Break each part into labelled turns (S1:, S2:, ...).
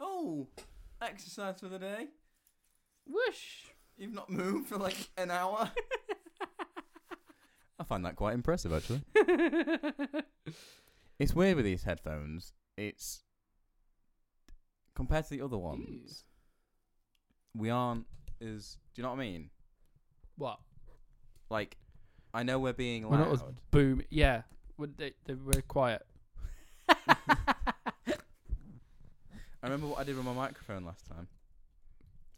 S1: Oh, exercise for the day.
S2: Whoosh.
S1: You've not moved for like an hour.
S3: I find that quite impressive, actually. It's weird with these headphones. It's compared to the other ones, we aren't as. Do you know what I mean?
S2: what?
S3: Like, I know we're being
S2: We're not as
S3: loud.
S2: boom. Yeah. We're, they, they were quiet.
S3: I remember what I did with my microphone last time.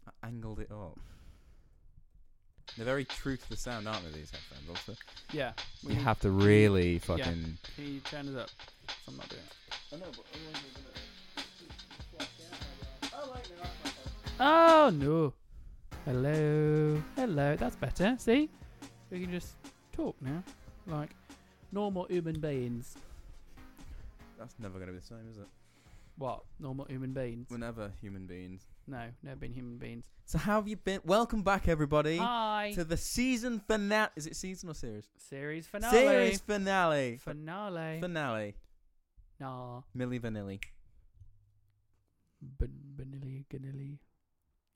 S3: I angled it up. They're very true to the sound, aren't they? These headphones, also.
S2: yeah. We
S3: You
S2: need-
S3: have to really
S2: Yeah.
S3: fucking.
S2: Can you turn it up? 'Cause I'm not doing it. Oh no. Hello. Hello. That's better. See? We can just talk now. Like normal human beings.
S3: That's never gonna be the same, is it?
S2: What? Normal human beings?
S3: We're never human beings.
S2: No, never been human beings.
S3: So how have you been? Welcome back, everybody,
S2: Hi.
S3: to the season finale. Is it season or series?
S2: Series finale.
S3: Series finale.
S2: Finale.
S3: Finale.
S2: nah.
S3: Milli Vanilli.
S2: Ban- Vanilli, ganilli.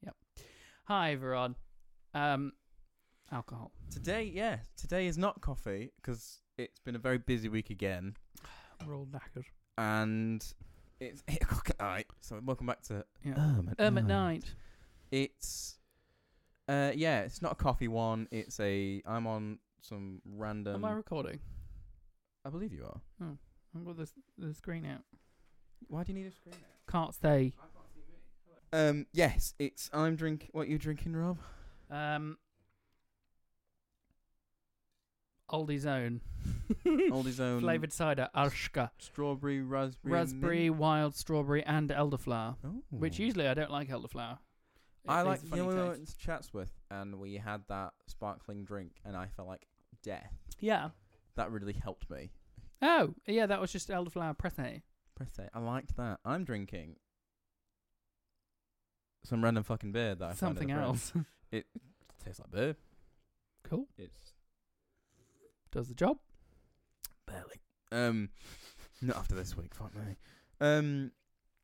S2: Yep. Hi, everyone. Um, alcohol.
S3: Today, yeah, today is not coffee because it's been a very busy week again,
S2: We're all knackered.
S3: and it's eight o'clock at night. So welcome back to
S2: Yeah.
S3: um at,
S2: Um, at night.
S3: It's uh yeah, it's not a coffee one. It's a I'm on some random.
S2: Am I recording?
S3: I believe you are.
S2: I've got this the screen out.
S3: Why do you need a screen?
S2: Can't stay.
S3: Um yes, it's I'm drink. What you drinking, Rob?
S2: Um, Oldie's own.
S3: Oldie's own
S2: Flavoured cider, Arshka.
S3: um, strawberry raspberry
S2: Raspberry,
S3: mint.
S2: wild strawberry, and elderflower.
S3: Oh.
S2: Which usually I don't like elderflower. It
S3: I like
S2: leaves a
S3: you
S2: funny
S3: know, we
S2: taste.
S3: went to Chatsworth and we had that sparkling drink and I felt like death.
S2: Yeah.
S3: That really helped me.
S2: Oh, yeah, that was just elderflower prete.
S3: Press it. I liked that. I'm drinking some random fucking beer that I found in
S2: Something
S3: the fridge.
S2: else.
S3: Tastes like beer.
S2: cool.
S3: It's
S2: Does the job.
S3: barely. Um, not after this week, fuck me. Um,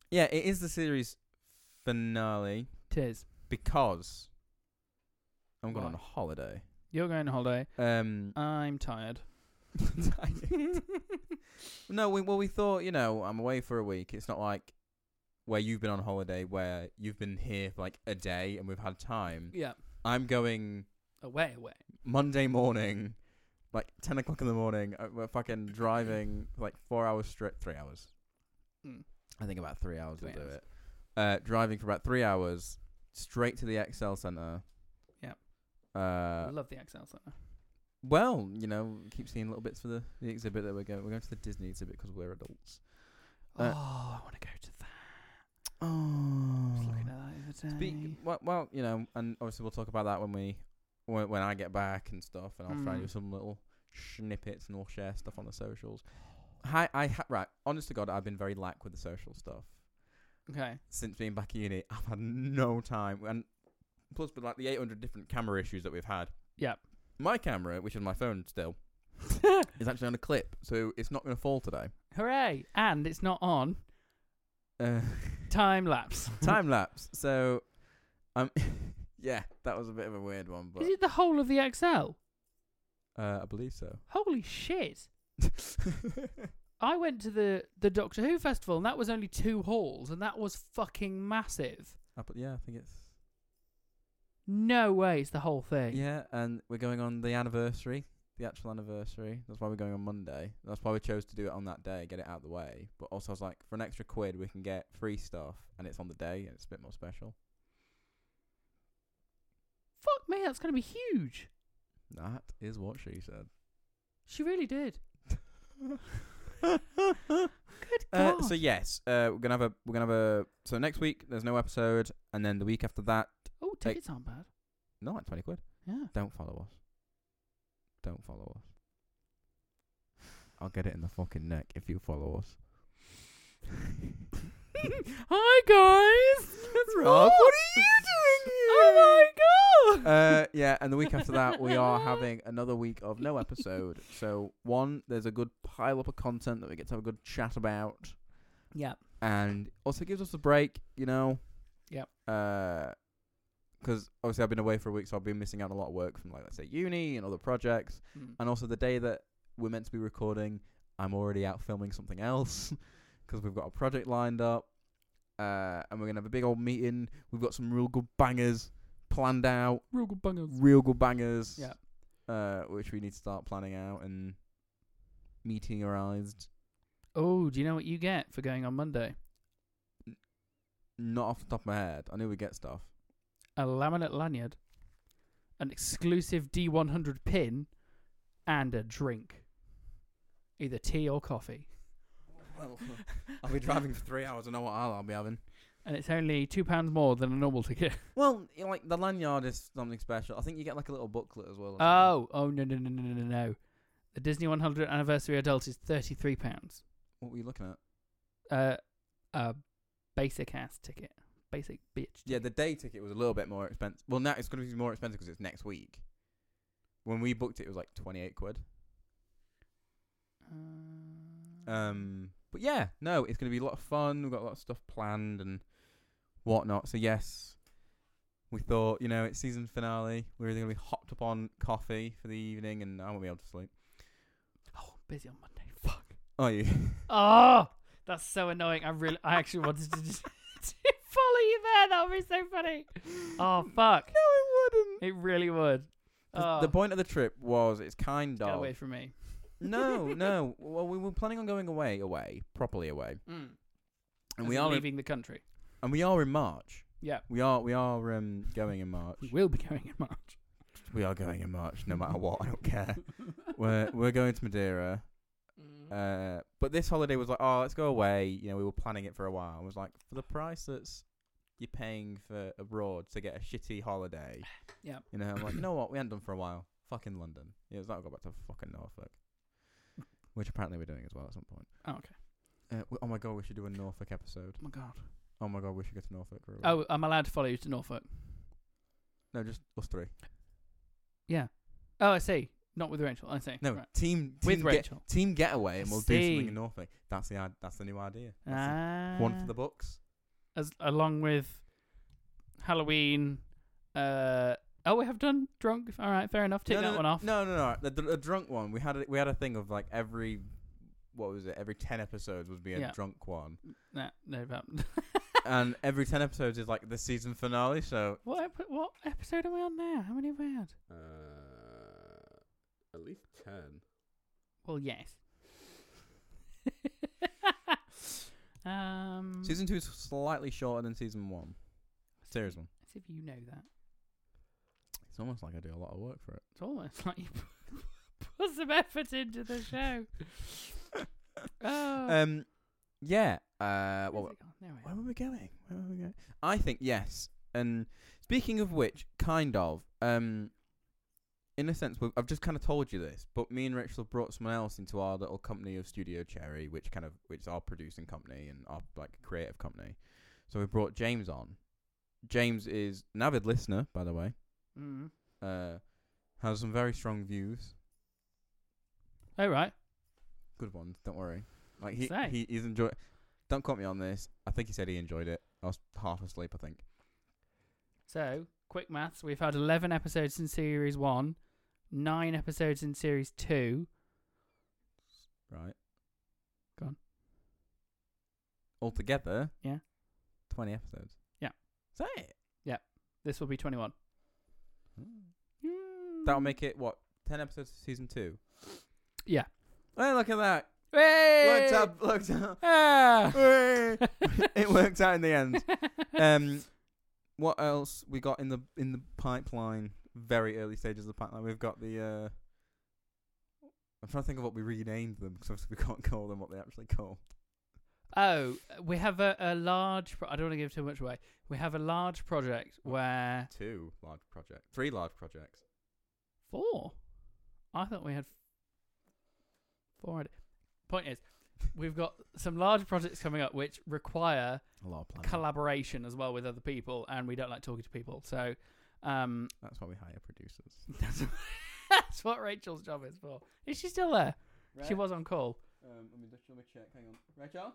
S3: yeah, it is the series finale
S2: Tis.
S3: because I'm going
S2: Why?
S3: on a holiday.
S2: You're going on holiday.
S3: Um,
S2: I'm tired.
S3: No, we, well, we thought, you know, I'm away for a week. It's not like where you've been on holiday, where you've been here for like a day and we've had time.
S2: yeah.
S3: I'm going
S2: Away, away.
S3: Monday morning, like 10 o'clock in the morning. uh, We're fucking driving like four hours straight, three hours.
S2: Mm.
S3: I think about three hours
S2: Three
S3: will do
S2: hours.
S3: it. Uh, driving for about three hours straight to the Excel Centre.
S2: Yep. I
S3: Uh,
S2: love the Excel Centre.
S3: well, you know, keep seeing little bits for the, the exhibit that we're going. We're going to the Disney exhibit because we're adults. uh,
S2: oh, I want to go to that.
S3: Oh.
S2: Just looking at that the other
S3: Speak,
S2: day.
S3: well, well, you know, and obviously we'll talk about that when we when, when I get back and stuff, and I'll try and do
S2: Mm.
S3: some little snippets, and we'll share stuff on the socials. Hi, I ha- right. Honest to God, I've been very lack with the social stuff
S2: Okay.
S3: since being back at uni. I've had no time, and plus with like the 800 different camera issues that we've had.
S2: Yep.
S3: My camera, which is my phone still, is actually on a clip, so it's not going to fall today.
S2: Hooray! And it's not on
S3: Uh,
S2: time lapse.
S3: time lapse. So, um, yeah, that was a bit of a weird one, but
S2: Is it the whole of the XL?
S3: uh, I believe so.
S2: Holy shit! I went to the the Doctor Who festival, and that was only two halls, and that was fucking massive.
S3: I put- yeah, I think it's
S2: No way, it's the whole thing.
S3: yeah, and we're going on the anniversary, the actual anniversary. That's why we're going on Monday. That's why we chose to do it on that day, get it out of the way. But also, I was like, for an extra quid, we can get free stuff, and it's on the day, and it's a bit more special.
S2: Fuck me, that's gonna be huge.
S3: That is what she said.
S2: She really did. Good
S3: Uh,
S2: God.
S3: so yes, uh, we're gonna have a we're gonna have a so next week there's no episode, and then the week after that,
S2: oh, tickets aren't bad.
S3: no, like twenty quid.
S2: Yeah.
S3: Don't follow us. Don't follow us. I'll get it in the fucking neck if you follow us.
S2: Hi guys. It's
S3: Rob, what
S2: are you doing here? Oh my God.
S3: uh, yeah, and the week after that, we are having another week of no episode. So, one, there's a good pile up of content that we get to have a good chat about.
S2: Yeah.
S3: and also gives us a break, you know.
S2: Yep.
S3: Because obviously I've been away for a week, so I've been missing out on a lot of work from like let's say uni and other projects,
S2: Mm.
S3: and also the day that we're meant to be recording, I'm already out filming something else because we've got a project lined up, uh, and we're gonna have a big old meeting. We've got some real good bangers planned out,
S2: Real good bungers.
S3: real good bangers.
S2: Yep.
S3: Uh, which we need to start planning out and meteorized.
S2: Oh, do you know what you get for going on Monday?
S3: Not off the top of my head, I knew we'd get stuff.
S2: A laminate lanyard, an exclusive D100 pin, and a drink. Either tea or coffee.
S3: Well, I'll be driving for three hours. I know what I'll, I'll be having.
S2: And it's only £2 more than a normal ticket.
S3: Well, you know, like the lanyard is something special. I think you get like a little booklet as well. or something.
S2: Oh, oh, no, no, no, no, no, no. The Disney 100 anniversary adult is £33.
S3: what were you looking at?
S2: Uh, a basic ass ticket. Basic bitch.
S3: Yeah, the day ticket was a little bit more expensive. Well, now it's going to be more expensive because it's next week. When we booked it, it was like twenty eight quid.
S2: Uh,
S3: Um, but yeah, no, it's going to be a lot of fun. We've got a lot of stuff planned and whatnot. So yes, we thought you know it's season finale. We're either going to be hopped up on coffee for the evening, and I won't be able to sleep.
S2: oh, I'm busy on Monday. Fuck.
S3: Are you?
S2: Oh, that's so annoying. I really, I actually wanted to just to follow you there. That would be so funny. Oh, fuck.
S3: No, it wouldn't.
S2: It really would.
S3: The-
S2: Oh,
S3: The point of the trip was it's kind
S2: get
S3: of
S2: away from me.
S3: no, no. Well, we were planning on going away, away, properly away,
S2: Mm.
S3: and
S2: As
S3: we
S2: in
S3: are in-
S2: leaving the country.
S3: and we are in March.
S2: Yeah.
S3: we are we are um going in March.
S2: We will be going in March.
S3: We are going in March, no matter what. I don't care. we're we're going to Madeira.
S2: Mm.
S3: Uh, but this holiday was like, oh, let's go away. You know, we were planning it for a while. I was like, for the price that's you're paying for abroad to get a shitty holiday.
S2: Yeah.
S3: You know, I'm like, you know what? We hadn't done for a while. Fucking London. Yeah, let's not go back to fucking Norfolk. Which apparently we're doing as well at some point.
S2: oh, okay.
S3: Uh, w- oh my god, we should do a Norfolk episode.
S2: Oh, my God.
S3: Oh my god, we should go to Norfolk for a while.
S2: Oh, I'm allowed to follow you to Norfolk.
S3: No, just us three.
S2: Oh, I see. Not with Rachel. I see.
S3: No,
S2: Right.
S3: team, team
S2: With
S3: get-
S2: Rachel.
S3: team getaway, and
S2: I
S3: we'll do something
S2: see.
S3: in Norfolk. That's the i- that's the new idea. That's
S2: Ah.
S3: the one for the books.
S2: as along with Halloween. Uh, oh, we have done drunk. All right, fair enough. Take
S3: no,
S2: that
S3: no,
S2: one off.
S3: No, no, no. The, the, the drunk one. We had a, we had a thing of like every what was it? Every ten episodes would be a
S2: Yeah.
S3: drunk one,
S2: Nah, no, that.
S3: and every ten episodes is like the season finale. So
S2: what ep- what episode are we on now? How many have we had?
S4: Uh, at least ten.
S2: Well, yes. um,
S3: season two is slightly shorter than season one.
S2: as if-
S3: Serious one.
S2: As if you know that.
S3: It's almost like I do a lot of work for it.
S2: It's almost like you put some effort into the show. Oh.
S3: Um, yeah. Uh,
S2: Where's
S3: what,
S2: it gone? There we
S3: Where
S2: are.
S3: were we going? Where were we going? I think yes. And speaking of which, kind of, um, in a sense, we've, I've just kind of told you this, but me and Rachel have brought someone else into our little company of Studio Cherry, which kind of which is our producing company and our like creative company. So we brought James on. James is an avid listener, by the way.
S2: Mm.
S3: Uh, has some very strong views,
S2: All Oh, right.
S3: good ones. Don't worry. Like he,
S2: Say.
S3: he he's enjoy. Don't quote me on this. I think he said he enjoyed it. I was half asleep, I think.
S2: So, quick maths. We've had 11 episodes in series one, nine episodes in series two.
S3: Right.
S2: Go on.
S3: Altogether.
S2: Yeah.
S3: Twenty episodes.
S2: Yeah.
S3: Is that it?
S2: This will be 21.
S3: Hmm. That'll make it what ten episodes of season two.
S2: Yeah.
S3: Hey, look at that!
S2: Hey!
S3: Looked up, looked up.
S2: Ah!
S3: Hey! it worked out in the end. Um, what else we got in the in the pipeline? Very early stages of the pipeline. We've got the. uh I'm trying to think of what we renamed them because obviously we can't call them what they actually call.
S2: Oh, we have a, a large. Pro- I don't want to give too much away. We have a large project where
S3: Two large projects, three large projects.
S2: four. I thought we had four. I'd- Point is, we've got some large projects coming up which require
S3: A lot of planning.
S2: collaboration as well with other people, and we don't like talking to people. So, um,
S3: That's why we hire producers.
S2: that's, that's what Rachel's job is for. Is she still there? She was on call.
S3: Um, let me just let me check. Hang on, Rachel.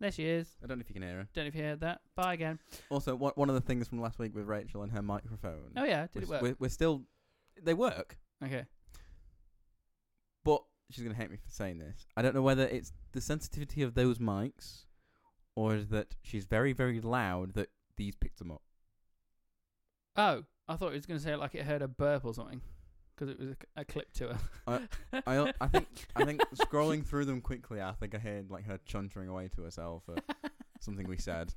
S2: There she is.
S3: I don't know if you can hear her.
S2: Don't know if you heard that. Bye again.
S3: Also, one one of the things from last week with Rachel and her microphone.
S2: Oh yeah, did
S3: we're,
S2: it work?
S3: We're, we're still. They work,
S2: Okay.
S3: but she's gonna hate me for saying this. I don't know whether it's the sensitivity of those mics, or is that she's very very loud that these picked them up.
S2: Oh, I thought it was going to say like it heard a burp or something because it was a, c- a clip to her.
S3: I I think I think scrolling through them quickly, I think I heard like her chuntering away to herself or something we said.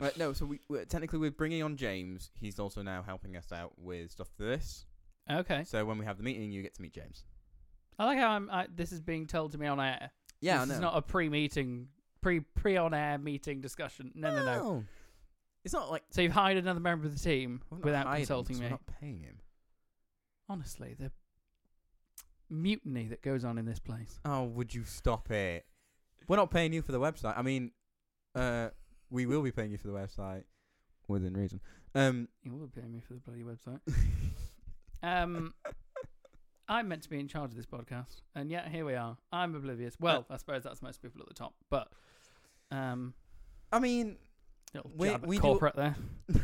S3: Right, no, so we we're, technically we're bringing on James. He's also now helping us out with stuff for this.
S2: Okay.
S3: So when we have the meeting, you get to meet James.
S2: I like how I'm. I, this is being told to me on air.
S3: Yeah,
S2: this
S3: I know.
S2: is not a pre-meeting, pre pre on air meeting discussion. No, no, no.
S3: It's not like
S2: So you've hired another member of the team
S3: we're not
S2: without
S3: hiring him,
S2: consulting
S3: so
S2: me.
S3: We're not paying him.
S2: Honestly, the mutiny that goes on in this place.
S3: Oh, would you stop it? We're not paying you for the website. I mean, uh, we will be paying you for the website within reason. Um,
S2: You would pay me for the bloody website. um, I'm meant to be in charge of this podcast, and yet here we are. I'm oblivious. Well, I suppose that's most people at the top, but um,
S3: I mean,
S2: little
S3: We-
S2: jab at
S3: we do-
S2: corporate there.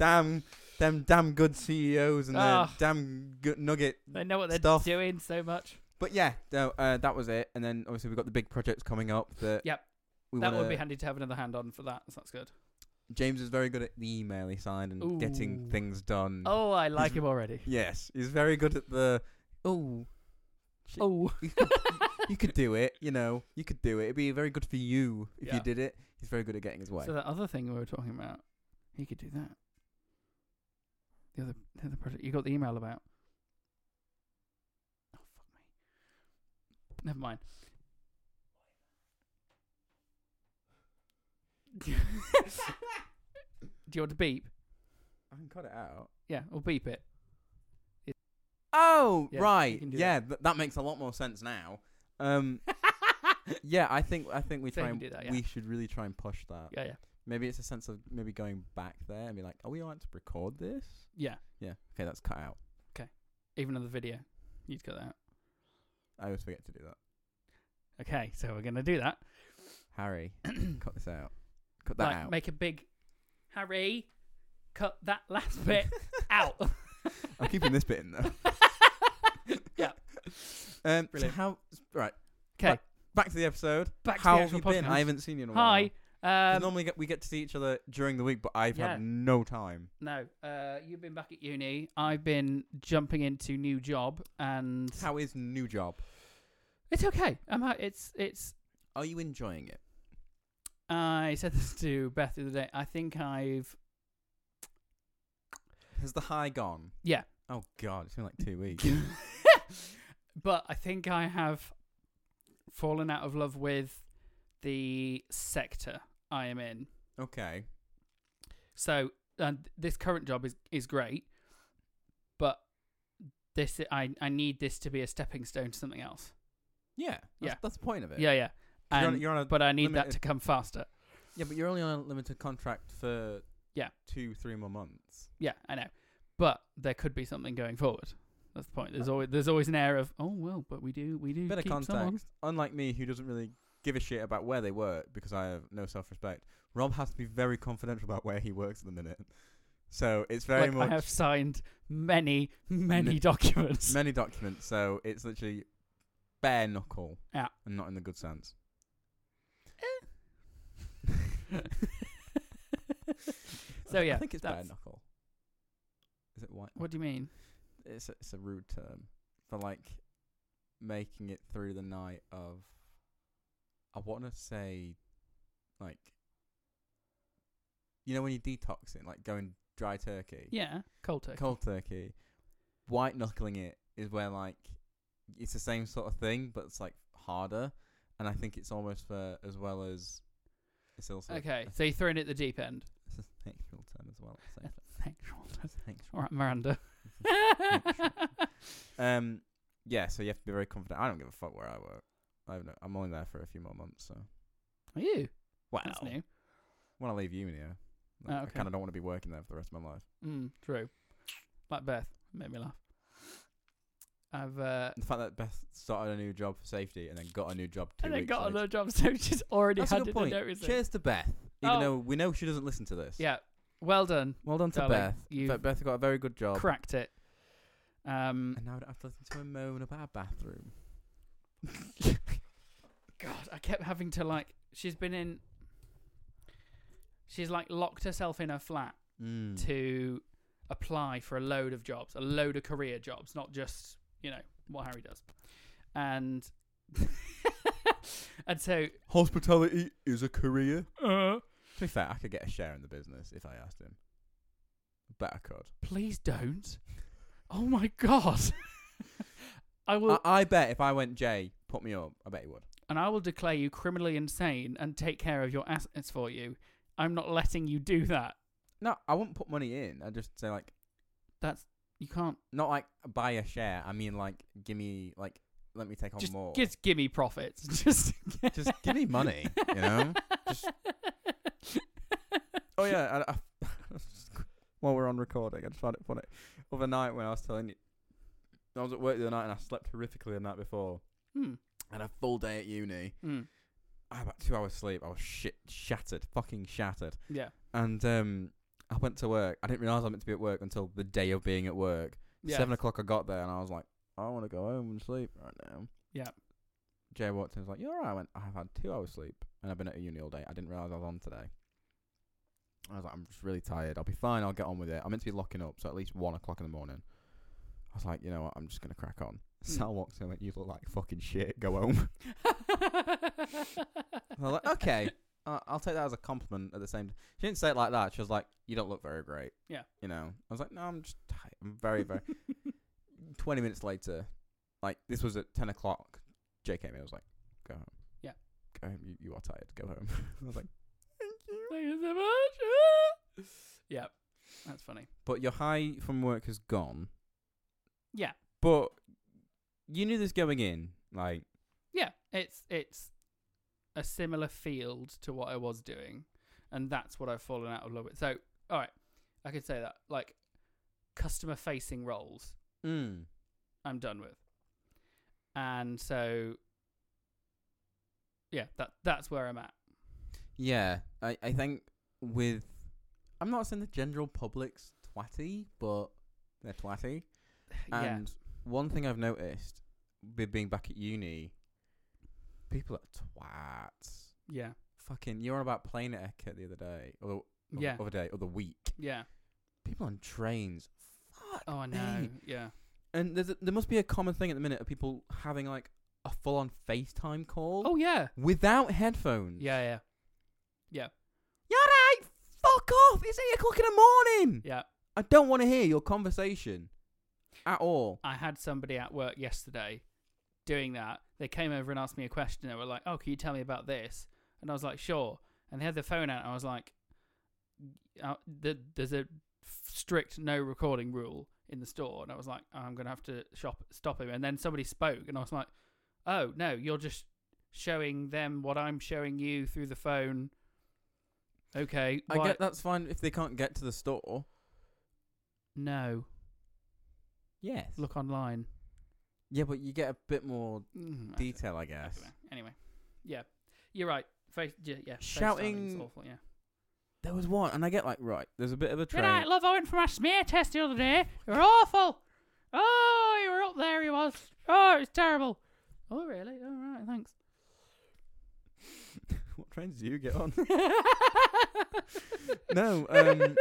S3: damn, them damn good CEOs and their
S2: Ah.
S3: damn good nugget.
S2: They know what they're
S3: Stuff.
S2: doing so much.
S3: But yeah, no, uh, that was it. And then obviously we've got the big projects coming up. That
S2: Yep.
S3: we
S2: that
S3: wanna-
S2: would be handy to have another hand on for that. So that's good.
S3: James is very good at the email side and getting
S2: Ooh.
S3: things done.
S2: Oh, I like
S3: He's-
S2: him already.
S3: Yes, he's very good at the. Oh,
S2: Oh,
S3: you could, you could do it. You know, you could do it. It'd be very good for you if you
S2: Yeah.
S3: did it. He's very good at getting his way.
S2: so that other thing we were talking about, he could do that. The other, the other project you got the email about. Oh fuck me. Never mind. do you want to beep?
S3: I can cut it out.
S2: Yeah, we'll beep it.
S3: Oh,
S2: Yeah, you
S3: right.
S2: can do
S3: Yeah, th- that makes a lot more sense now. Um, yeah, I think I think we
S2: So you
S3: try and
S2: can do that, yeah.
S3: we should really try and push that.
S2: yeah, yeah,
S3: Maybe it's a sense of maybe going back there and be like, are we allowed to record this?
S2: yeah.
S3: Yeah. Okay, that's cut out.
S2: Even on the video, you'd cut that. out.
S3: I always forget to do that.
S2: Okay, so we're gonna do that.
S3: Harry, cut this out. Cut that
S2: like,
S3: out.
S2: Make a big Harry. Cut that last bit out.
S3: I'm keeping this bit in though.
S2: yeah.
S3: Um, so
S2: Brilliant.
S3: how? Right.
S2: Okay.
S3: Back to the episode.
S2: Back to
S3: how
S2: the
S3: have
S2: actual
S3: you been? I
S2: podcast.
S3: haven't seen you in a while.
S2: Hi.
S3: 'Cause
S2: Um,
S3: normally get, we get to see each other during the week, but I've
S2: Yeah.
S3: had no time.
S2: no, uh, you've been back at uni. I've been jumping into new job, and
S3: How is new job?
S2: it's okay. I'm. ha- It's it's.
S3: Are you enjoying it?
S2: I said this to Beth the other day. I think I've
S3: Has the high gone?
S2: Yeah.
S3: Oh God, it's been like two weeks.
S2: but I think I have fallen out of love with the sector I am in.
S3: okay.
S2: So and this current job is is great, but this I I need this to be a stepping stone to something else.
S3: Yeah. That's,
S2: Yeah.
S3: That's the point of it.
S2: Yeah, yeah.
S3: You're on,
S2: And-
S3: you're on a,
S2: but I need that
S3: limited-
S2: to come faster.
S3: yeah, but you're only on a limited contract for
S2: Yeah.
S3: two, three more months.
S2: Yeah, I know. But there could be something going forward. That's the point. There's always there's always an air of oh well, but we do we do
S3: Bit of
S2: keep
S3: context.
S2: someone.
S3: Unlike me, who doesn't really give a shit about where they work because I have no self-respect. Rob has to be very confidential about where he works at the minute. So it's very
S2: Like,
S3: much
S2: I have signed many many
S3: Mi-
S2: documents.
S3: many documents. So it's literally bare knuckle.
S2: Yeah.
S3: And not in the good sense.
S2: Eh. so yeah,
S3: I think it's bare
S2: that's,
S3: knuckle. Is it white?
S2: what do you mean?
S3: it's a, it's a rude term for like making it through the night of I want to say like you know when you're detoxing like going dry turkey
S2: Yeah, cold turkey.
S3: cold turkey white knuckling it is where like it's the same sort of thing but it's like harder and I think it's almost for as well as it's also
S2: Okay,
S3: it's
S2: so you're thrown at the deep end.
S3: a sexual term as well at the same time. Sexual.
S2: All right, Miranda.
S3: Um, yeah, so you have to be very confident. I don't give a fuck where I work. I have no, I'm only there for a few more months, so.
S2: Are you?
S3: Wow.
S2: That's new.
S3: When I leave uni, yeah. Like,
S2: Ah,
S3: I
S2: okay.
S3: kind of don't want to be working there for the rest of my life.
S2: Mm, true. Like Beth made me laugh. I've uh,
S3: The fact that Beth started a new job for safety and then got a new job two
S2: and then
S3: weeks
S2: got
S3: later.
S2: another job, so she's already
S3: That's a
S2: had
S3: good
S2: it
S3: point.
S2: to notice it.
S3: Cheers to Beth, even
S2: Oh.
S3: though we know she doesn't listen to this.
S2: Yeah, well done.
S3: Well done to
S2: Darling,
S3: Beth. In
S2: you've
S3: fact, Beth got a very good job.
S2: Cracked it. Um,
S3: And now I don't have to listen to her moan about a bathroom.
S2: God, I kept having to like. She's been in. She's like locked herself in her flat
S3: Mm.
S2: to apply for a load of jobs, a load of career jobs, not just you know what Harry does, and and so
S3: Hospitality is a career.
S2: uh,
S3: To be fair, I could get a share in the business if I asked him. Bet I could.
S2: please don't. Oh my God, I will,
S3: I, I bet if I went Jay, put me up. I bet he would.
S2: and I will declare you criminally insane and take care of your assets for you. I'm not letting you do that.
S3: No, I wouldn't put money in. I'd just say like,
S2: That's you can't
S3: not like buy a share. I mean like, give me like, let me take on
S2: just,
S3: more.
S2: just give me profits. Just
S3: Just give me money, you know? Just- Oh yeah. I, I, while we're on recording, I just found it funny. Other night when I was telling you, I was at work the other night and I slept horrifically the night before.
S2: Hmm.
S3: I had a full day at uni.
S2: Mm.
S3: I had about two hours sleep. I was shit shattered, fucking shattered.
S2: Yeah.
S3: And um, I went to work. I didn't realize I was meant to be at work until the day of being at work.
S2: Yeah.
S3: Seven o'clock, I got there and I was like, I want to go home and sleep right now.
S2: Yeah.
S3: Jay Watson's like, You're all right. I went, I've had two hours sleep and I've been at uni all day. I didn't realize I was on today. I was like, I'm just really tired. I'll be fine. I'll get on with it. I'm meant to be locking up, so at least one o'clock in the morning. I was like, You know what? I'm just going to crack on.
S2: Hmm.
S3: Sal walks in and went, You look like fucking shit. Go home. And I was like, okay, uh, I'll take that as a compliment. At the same, she didn't say it like that. She was like, you don't look very great.
S2: Yeah.
S3: you know. I was like, no, I'm just, tired. I'm very, very. Twenty minutes later, like this was at ten o'clock. Jay came in. I was like, go home.
S2: Yeah.
S3: go home. You, you are tired. Go home. I was like, thank you.
S2: Thank you so much. yeah, that's funny.
S3: But your high from work has gone.
S2: Yeah.
S3: But you knew this going in, like.
S2: Yeah, it's it's a similar field to what I was doing, and that's what I've fallen out of love with. So, all right, I could say that like customer facing roles, Hmm.
S3: Mm.
S2: I'm done with, and so yeah, that that's where I'm at.
S3: Yeah, I, I think with I'm not saying the general public's twatty, but they're twatty.
S2: yeah,
S3: And one thing I've noticed with being back at uni, people are twats.
S2: yeah,
S3: Fucking, you were about plane etiquette the other day, or the
S2: yeah,
S3: other day, or the week.
S2: yeah.
S3: People on trains. Fuck.
S2: Oh, I
S3: me.
S2: know. Yeah,
S3: And there's a, there must be a common thing at the minute of people having like a full on FaceTime call
S2: Oh yeah.
S3: without headphones.
S2: Yeah, yeah.
S3: You're right. Fuck off. It's eight o'clock in the morning.
S2: Yeah.
S3: I don't want to hear your conversation at all.
S2: I had somebody at work yesterday doing that. They came over and asked me a question. They were like, "Oh, can you tell me about this?" And I was like, "Sure." And they had their phone out. And I was like, uh, th- "There's a strict no recording rule in the store." And I was like, "I'm gonna have to shop stop him." And then somebody spoke, and I was like, "Oh no, you're just showing them what I'm showing you through the phone." Okay,
S3: I
S2: why-
S3: get that's fine if they can't get to the store.
S2: No,
S3: Yes. Look.
S2: look online.
S3: Yeah, but you get a bit more
S2: Mm, I don't-
S3: detail, I
S2: I
S3: guess.
S2: don't know. Anyway, yeah, you're right. Face, yeah, yeah. face timing's
S3: Shouting-
S2: awful. Yeah.
S3: There was one, and I get like right. There's a bit of a
S2: Good
S3: train.
S2: night, love. I went for my smear test the other day. You were awful. Oh, you were up there. He was. Oh, it's terrible. Oh, really? All right. Thanks.
S3: what trains do you get on? no. Um,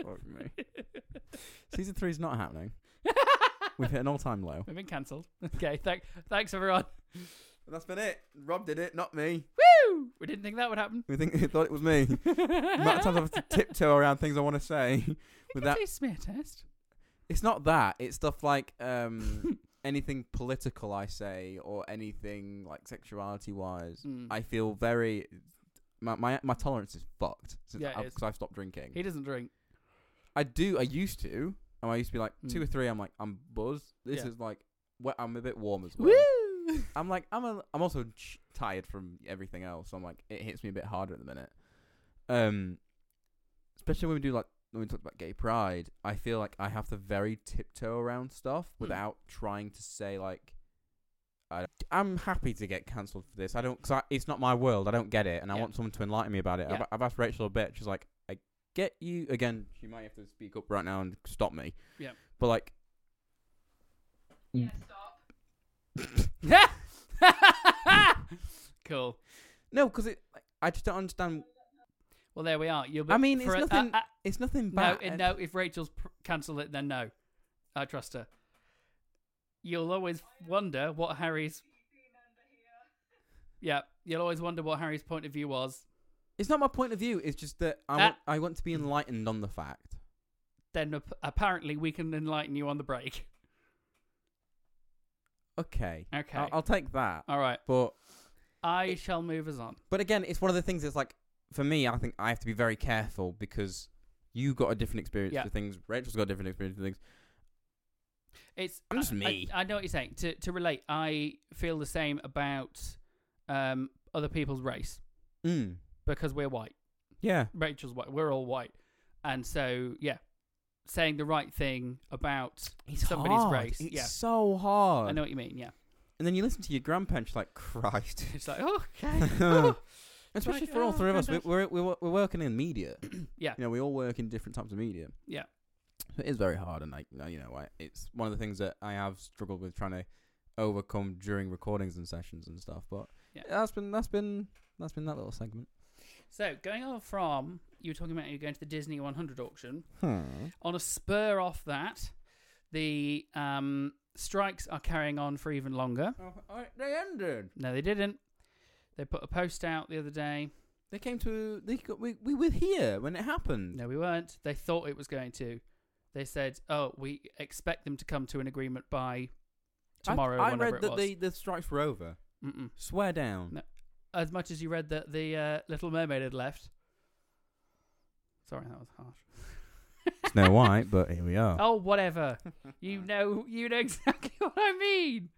S3: fuck me. Season three's not happening. We've hit an all-time low.
S2: We've been cancelled. Okay. Thank, thanks everyone.
S3: that's been it. Rob did it, not me.
S2: Woo! We didn't think that would happen.
S3: We think thought it was me. amount of times I have to tiptoe around things I want to say.
S2: Did
S3: without-
S2: you say smear test.
S3: It's not that. It's stuff like um, anything political I say or anything like sexuality wise.
S2: Mm.
S3: I feel very my my, my tolerance is fucked since
S2: Yeah, it
S3: I've,
S2: is.
S3: cause I've stopped drinking.
S2: He doesn't drink.
S3: I do. I used to. And I used to be like two
S2: Mm.
S3: or three. I'm like I'm buzzed. This
S2: Yeah.
S3: is like wh- I'm a bit warm as well.
S2: Woo!
S3: I'm like I'm a, I'm also ch- tired from everything else. So I'm like it hits me a bit harder at the minute. Um, especially when we do like when we talked about gay pride, I feel like I have to very tiptoe around stuff
S2: Hmm.
S3: without trying to say like, I, I'm happy to get cancelled for this. I don't, cause I, it's not my world. I don't get it, and I
S2: Yeah.
S3: want someone to enlighten me about it. I've,
S2: Yeah.
S3: I've asked Rachel a bit. She's like, I get you. Again, she might have to speak up right now and stop me.
S2: Yep.
S3: But like,
S2: cool.
S3: no, because it, I just don't understand.
S2: Well, there we are. You'll be,
S3: I mean, it's
S2: for a-
S3: nothing-
S2: uh, uh,
S3: It's nothing
S2: no,
S3: bad.
S2: it- no. If Rachel's pr- cancelled it, then no. I trust her. You'll always wonder what Harry's. Yeah, you'll always wonder what Harry's point of view was.
S3: It's not my point of view. It's just that I
S2: Ah.
S3: want, I want to be enlightened on the fact.
S2: Then ap- apparently we can enlighten you on the break.
S3: Okay.
S2: Okay.
S3: I'll, I'll take that.
S2: All right.
S3: But
S2: I
S3: It-
S2: shall move us on.
S3: but again, it's one of the things that's like for me, I think I have to be very careful because you got a different experience
S2: Yeah.
S3: to things. Rachel's got a different experience to things.
S2: It's
S3: I'm just
S2: I- I-
S3: me.
S2: I, know what you're saying. To to relate, I feel the same about um other people's race
S3: Mm.
S2: because we're white.
S3: Yeah.
S2: Rachel's white. We're all white, and so yeah, saying the right thing about somebody's race.
S3: It's
S2: yeah,
S3: so hard.
S2: I know what you mean. Yeah,
S3: And then you listen to your grandparents, you're like Christ.
S2: it's like oh,
S3: Especially for all
S2: oh,
S3: three of us, we,
S2: goodness.
S3: we're, we're wo- we're working in media.
S2: Yeah.
S3: You know, we all work in different types of media.
S2: Yeah.
S3: So it is very hard, and like you know, I, it's one of the things that I have struggled with trying to overcome during recordings and sessions and stuff. But
S2: Yeah.
S3: that's been that's been that's been that little segment.
S2: so going on from you were talking about you going to the Disney 100 auction.
S3: Hmm.
S2: On a spur off that, the um strikes are carrying on for even longer.
S3: Oh, they ended.
S2: No, they didn't. They put a post out the other day.
S3: They came to they got, we we were here when it happened.
S2: No, we weren't. They thought it was going to. They said, "Oh, we expect them to come to an agreement by
S3: I-
S2: tomorrow." or
S3: I,
S2: whenever
S3: read
S2: it
S3: that
S2: was.
S3: the the strikes were over.
S2: Mm-mm.
S3: Swear down.
S2: No. As much as you read that the uh, Little Mermaid had left. Sorry, that was harsh.
S3: Snow White, but here we are.
S2: Oh, whatever. You know, you know exactly what I mean.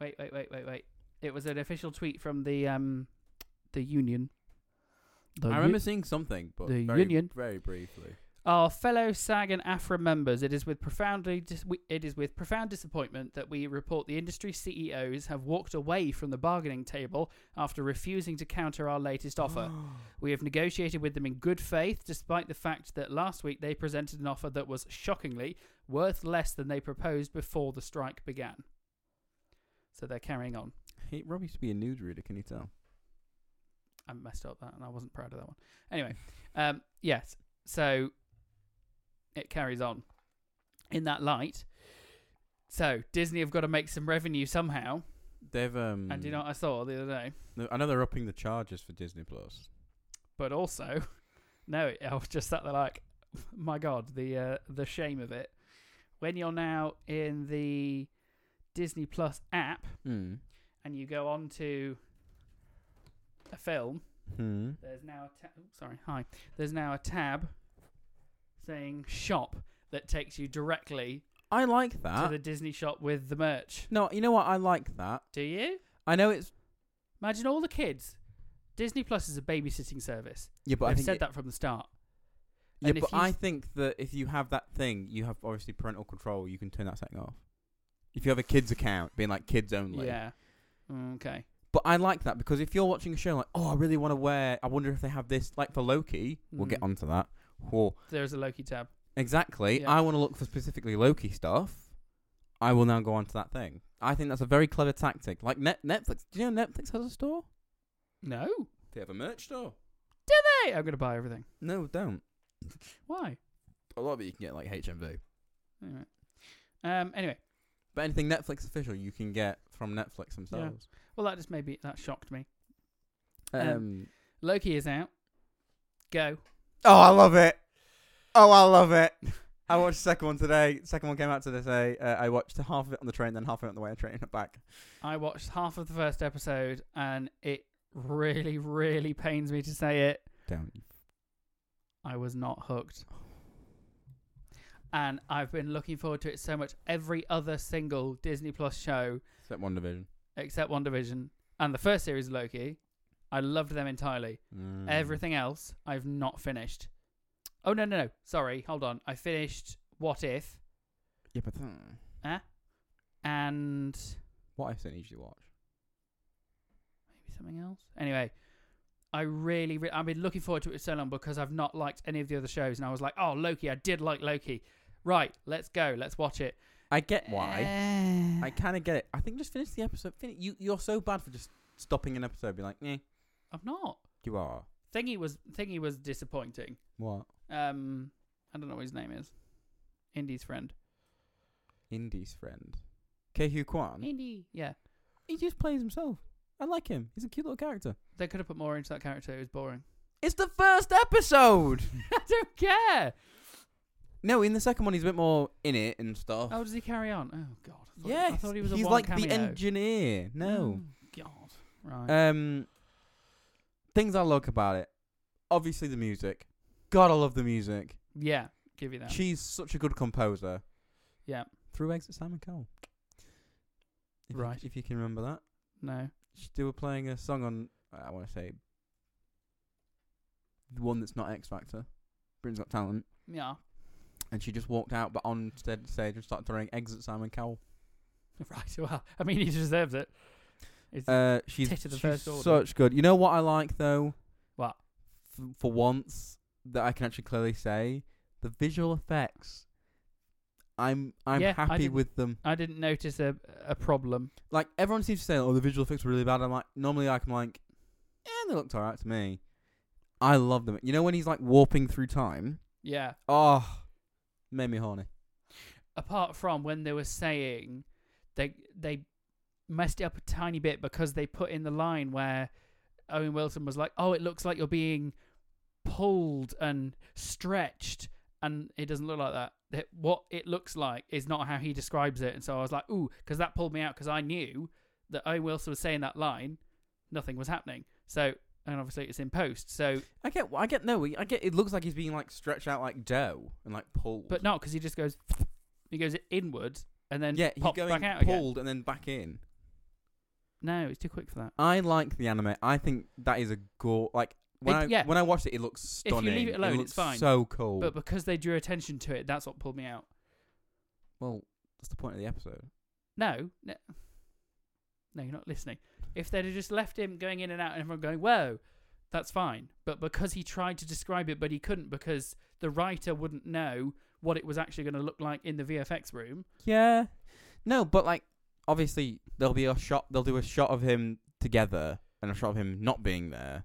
S2: Wait, wait, wait, wait, wait. It was an official tweet from the um, the union. The
S3: I
S2: u-
S3: remember seeing something, but
S2: the
S3: very,
S2: union.
S3: very briefly.
S2: Our fellow SAG and AFRA members, it is with profoundly dis- we- it is with profound disappointment that we report the industry CEOs have walked away from the bargaining table after refusing to counter our latest offer. we have negotiated with them in good faith, despite the fact that last week they presented an offer that was shockingly worth less than they proposed before the strike began. So they're carrying on.
S3: Hey, Rob used to be a nude reader, can you tell?
S2: I messed up that, and I wasn't proud of that one. Anyway, um, yes. So it carries on in that light. So Disney have got to make some revenue somehow,
S3: They've um
S2: and you know what I saw the other day.
S3: no, I know they're upping the charges for Disney Plus.
S2: But also, no, I was just sat there like, my God, the uh, the shame of it. When you're now in the Disney Plus app
S3: Hmm.
S2: and you go on to a film,
S3: Hmm.
S2: There's now a ta- oh, sorry, hi. There's now a tab saying shop that takes you directly
S3: I like
S2: to
S3: that.
S2: the Disney shop with the merch.
S3: No, you know what? I like that.
S2: Do you?
S3: I know it's
S2: Imagine all the kids. Disney Plus is a babysitting service.
S3: yeah, but I
S2: They've
S3: think
S2: said
S3: it-
S2: that from the start.
S3: Yeah,
S2: and if
S3: but
S2: you-
S3: I think that if you have that thing, you have obviously parental control. You can turn that setting off. If you have a kids account, being like kids only.
S2: Yeah. Okay.
S3: But I like that because if you're watching a show like, oh, I really want to wear. I wonder if they have this. Like for Loki, we'll get
S2: Mm.
S3: onto that. Whoa.
S2: There's a Loki tab.
S3: Exactly.
S2: Yeah.
S3: I want to look for specifically Loki stuff. I will now go on to that thing. I think that's a very clever tactic. Like Net- Netflix. Do you know Netflix has a store?
S2: No.
S3: They have a merch store.
S2: Hey, I'm gonna buy everything.
S3: No, don't.
S2: Why?
S3: A lot of it you can get like HMV.
S2: Alright. Um. Anyway,
S3: But anything Netflix official you can get from Netflix themselves.
S2: well, that just maybe that shocked me. Um,
S3: Um,
S2: Loki is out. Go.
S3: oh, I love it. Oh, I love it. I watched the second one today. Second one came out today. Uh, I watched half of it on the train, then half of it on the way to train and back.
S2: I watched half of the first episode and it really, really pains me to say it.
S3: Down.
S2: I was not hooked. And I've been looking forward to it so much. Every other single Disney Plus show
S3: Step one division.
S2: except WandaVision and the first series of
S3: Mm.
S2: Loki, I loved them entirely. Everything else, I've not finished. Oh no, no, no. Sorry, hold on. I finished What If
S3: Yeah, but then-
S2: and
S3: what if they usually watch?
S2: maybe something else. Anyway, I really, re- I've been looking forward to it so long because I've not liked any of the other shows, and I was like, oh, Loki, I did like Loki. Right, let's go, let's watch it.
S3: I get why.
S2: Eh.
S3: I kind of get it. I think just finish the episode. Fin- you you're so bad for just stopping an episode. Be like, eh,
S2: I'm not.
S3: you are.
S2: Thingy was Thingy was disappointing.
S3: What?
S2: Um, I don't know what his name is. Indy's friend.
S3: Indy's friend, Kehu Kwan.
S2: Indy, yeah.
S3: He just plays himself. I like him. He's a cute little character.
S2: They could have put more into that character. It was boring.
S3: It's the first episode.
S2: I don't care.
S3: no, in the second one he's a bit more in it and stuff.
S2: Oh, does he carry on? Oh God. I thought,
S3: yes,
S2: I thought he was
S3: he's
S2: a one
S3: like
S2: cameo.
S3: the engineer. No.
S2: Oh, God. Right.
S3: Um, things I like about it, obviously the music. God, I love the music.
S2: yeah. Give you that.
S3: She's such a good composer.
S2: Yeah.
S3: Through Exit Simon Cowell. If you-
S2: Right.
S3: if you can remember that,
S2: no.
S3: she, they were playing a song on. I want to say the one that's not X Factor, Britain's Got Talent,
S2: Yeah.
S3: and she just walked out, but on sta- stage and started throwing Exit Simon Cowell.
S2: Right. Well, I mean, he deserves it. It's,
S3: Uh, she's
S2: Tit of the
S3: she's
S2: first order.
S3: such good. You know what I like though?
S2: What?
S3: F- for once that I can actually clearly say the visual effects. I'm I'm
S2: Yeah, I
S3: happy
S2: didn't-
S3: with them.
S2: I didn't notice a a problem.
S3: Like everyone seems to say, oh, the visual effects were really bad. I'm like, normally I can like, eh, they looked alright to me. I love them. You know when he's like warping through time?
S2: Yeah.
S3: Oh, made me horny.
S2: Apart from when they were saying they they messed it up a tiny bit because they put in the line where Owen Wilson was like, "Oh, it looks like you're being pulled and stretched." And it doesn't look like that. that. What it looks like is not how he describes it. And so I was like, ooh, because that pulled me out because I knew that Owen Wilson was saying that line, nothing was happening. So, and obviously it's in post. So
S3: I get, I get, no, I get. It looks like he's being like stretched out like dough and like pulled.
S2: But not because he just goes, he goes inward and then
S3: yeah, he's
S2: pops
S3: going
S2: back out again.
S3: pulled and then back in.
S2: No, it's too quick for that.
S3: I like the anime. I think that is a gore. Like when
S2: It-
S3: I
S2: yeah.
S3: when I watched it, it looks
S2: If you
S3: stunning.
S2: leave it alone, it's
S3: looks
S2: fine.
S3: So cool.
S2: But because they drew attention to it, that's what pulled me out.
S3: well, that's the point of the episode.
S2: No, no, no, you're not listening. If they'd have just left him going in and out and everyone going, whoa, that's fine. But because he tried to describe it, but he couldn't because the writer wouldn't know what it was actually going to look like in the VFX room.
S3: Yeah. No, but like obviously there'll be a shot. They'll do a shot of him together and a shot of him not being there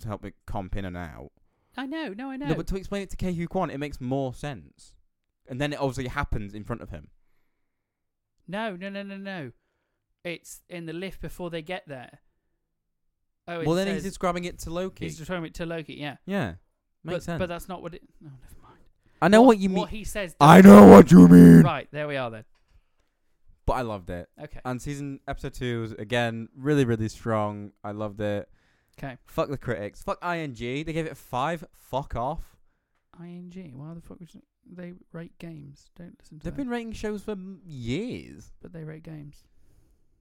S3: to help it comp in and out.
S2: I know, no, I know.
S3: but to explain it to Kehu Kwan, it makes more sense. And then it obviously happens in front of him.
S2: No, no, no, no, no. It's in the lift before they get there. Oh, it
S3: well, then he's
S2: says-
S3: describing it to Loki.
S2: He's referring it to Loki, yeah.
S3: yeah, makes
S2: but,
S3: sense.
S2: But that's not what it. No, never mind.
S3: I know what, you mean.
S2: What he says.
S3: I know what you mean.
S2: Right there we are then.
S3: But I loved it.
S2: Okay.
S3: And season episode two was again really, really strong. I loved it.
S2: Okay.
S3: Fuck the critics. Fuck ING. They gave it a five. Fuck off.
S2: Ing. Why the fuck would you- they rate games? Don't listen to
S3: They've
S2: them.
S3: been rating shows for m- years.
S2: but they rate games.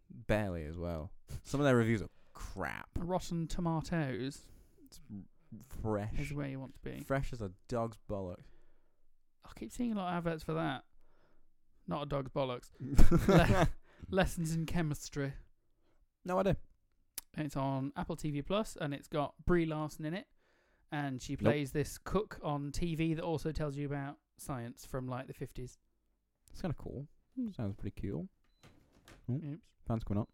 S3: Barely as well. Some of their reviews are crap.
S2: Rotten Tomatoes
S3: It's fresh.
S2: is where you want to be.
S3: Fresh as a dog's bollock.
S2: I keep seeing a lot of adverts for that. Not a dog's bollocks. Le- Lessons in chemistry.
S3: no idea.
S2: It's on Apple TV Plus, and it's got Brie Larson in it, and she plays this cook on TV that also tells you about science from like the fifties.
S3: It's kind of cool.
S2: Hmm.
S3: Sounds pretty cool. Mm.
S2: Oops.
S3: Fans coming up.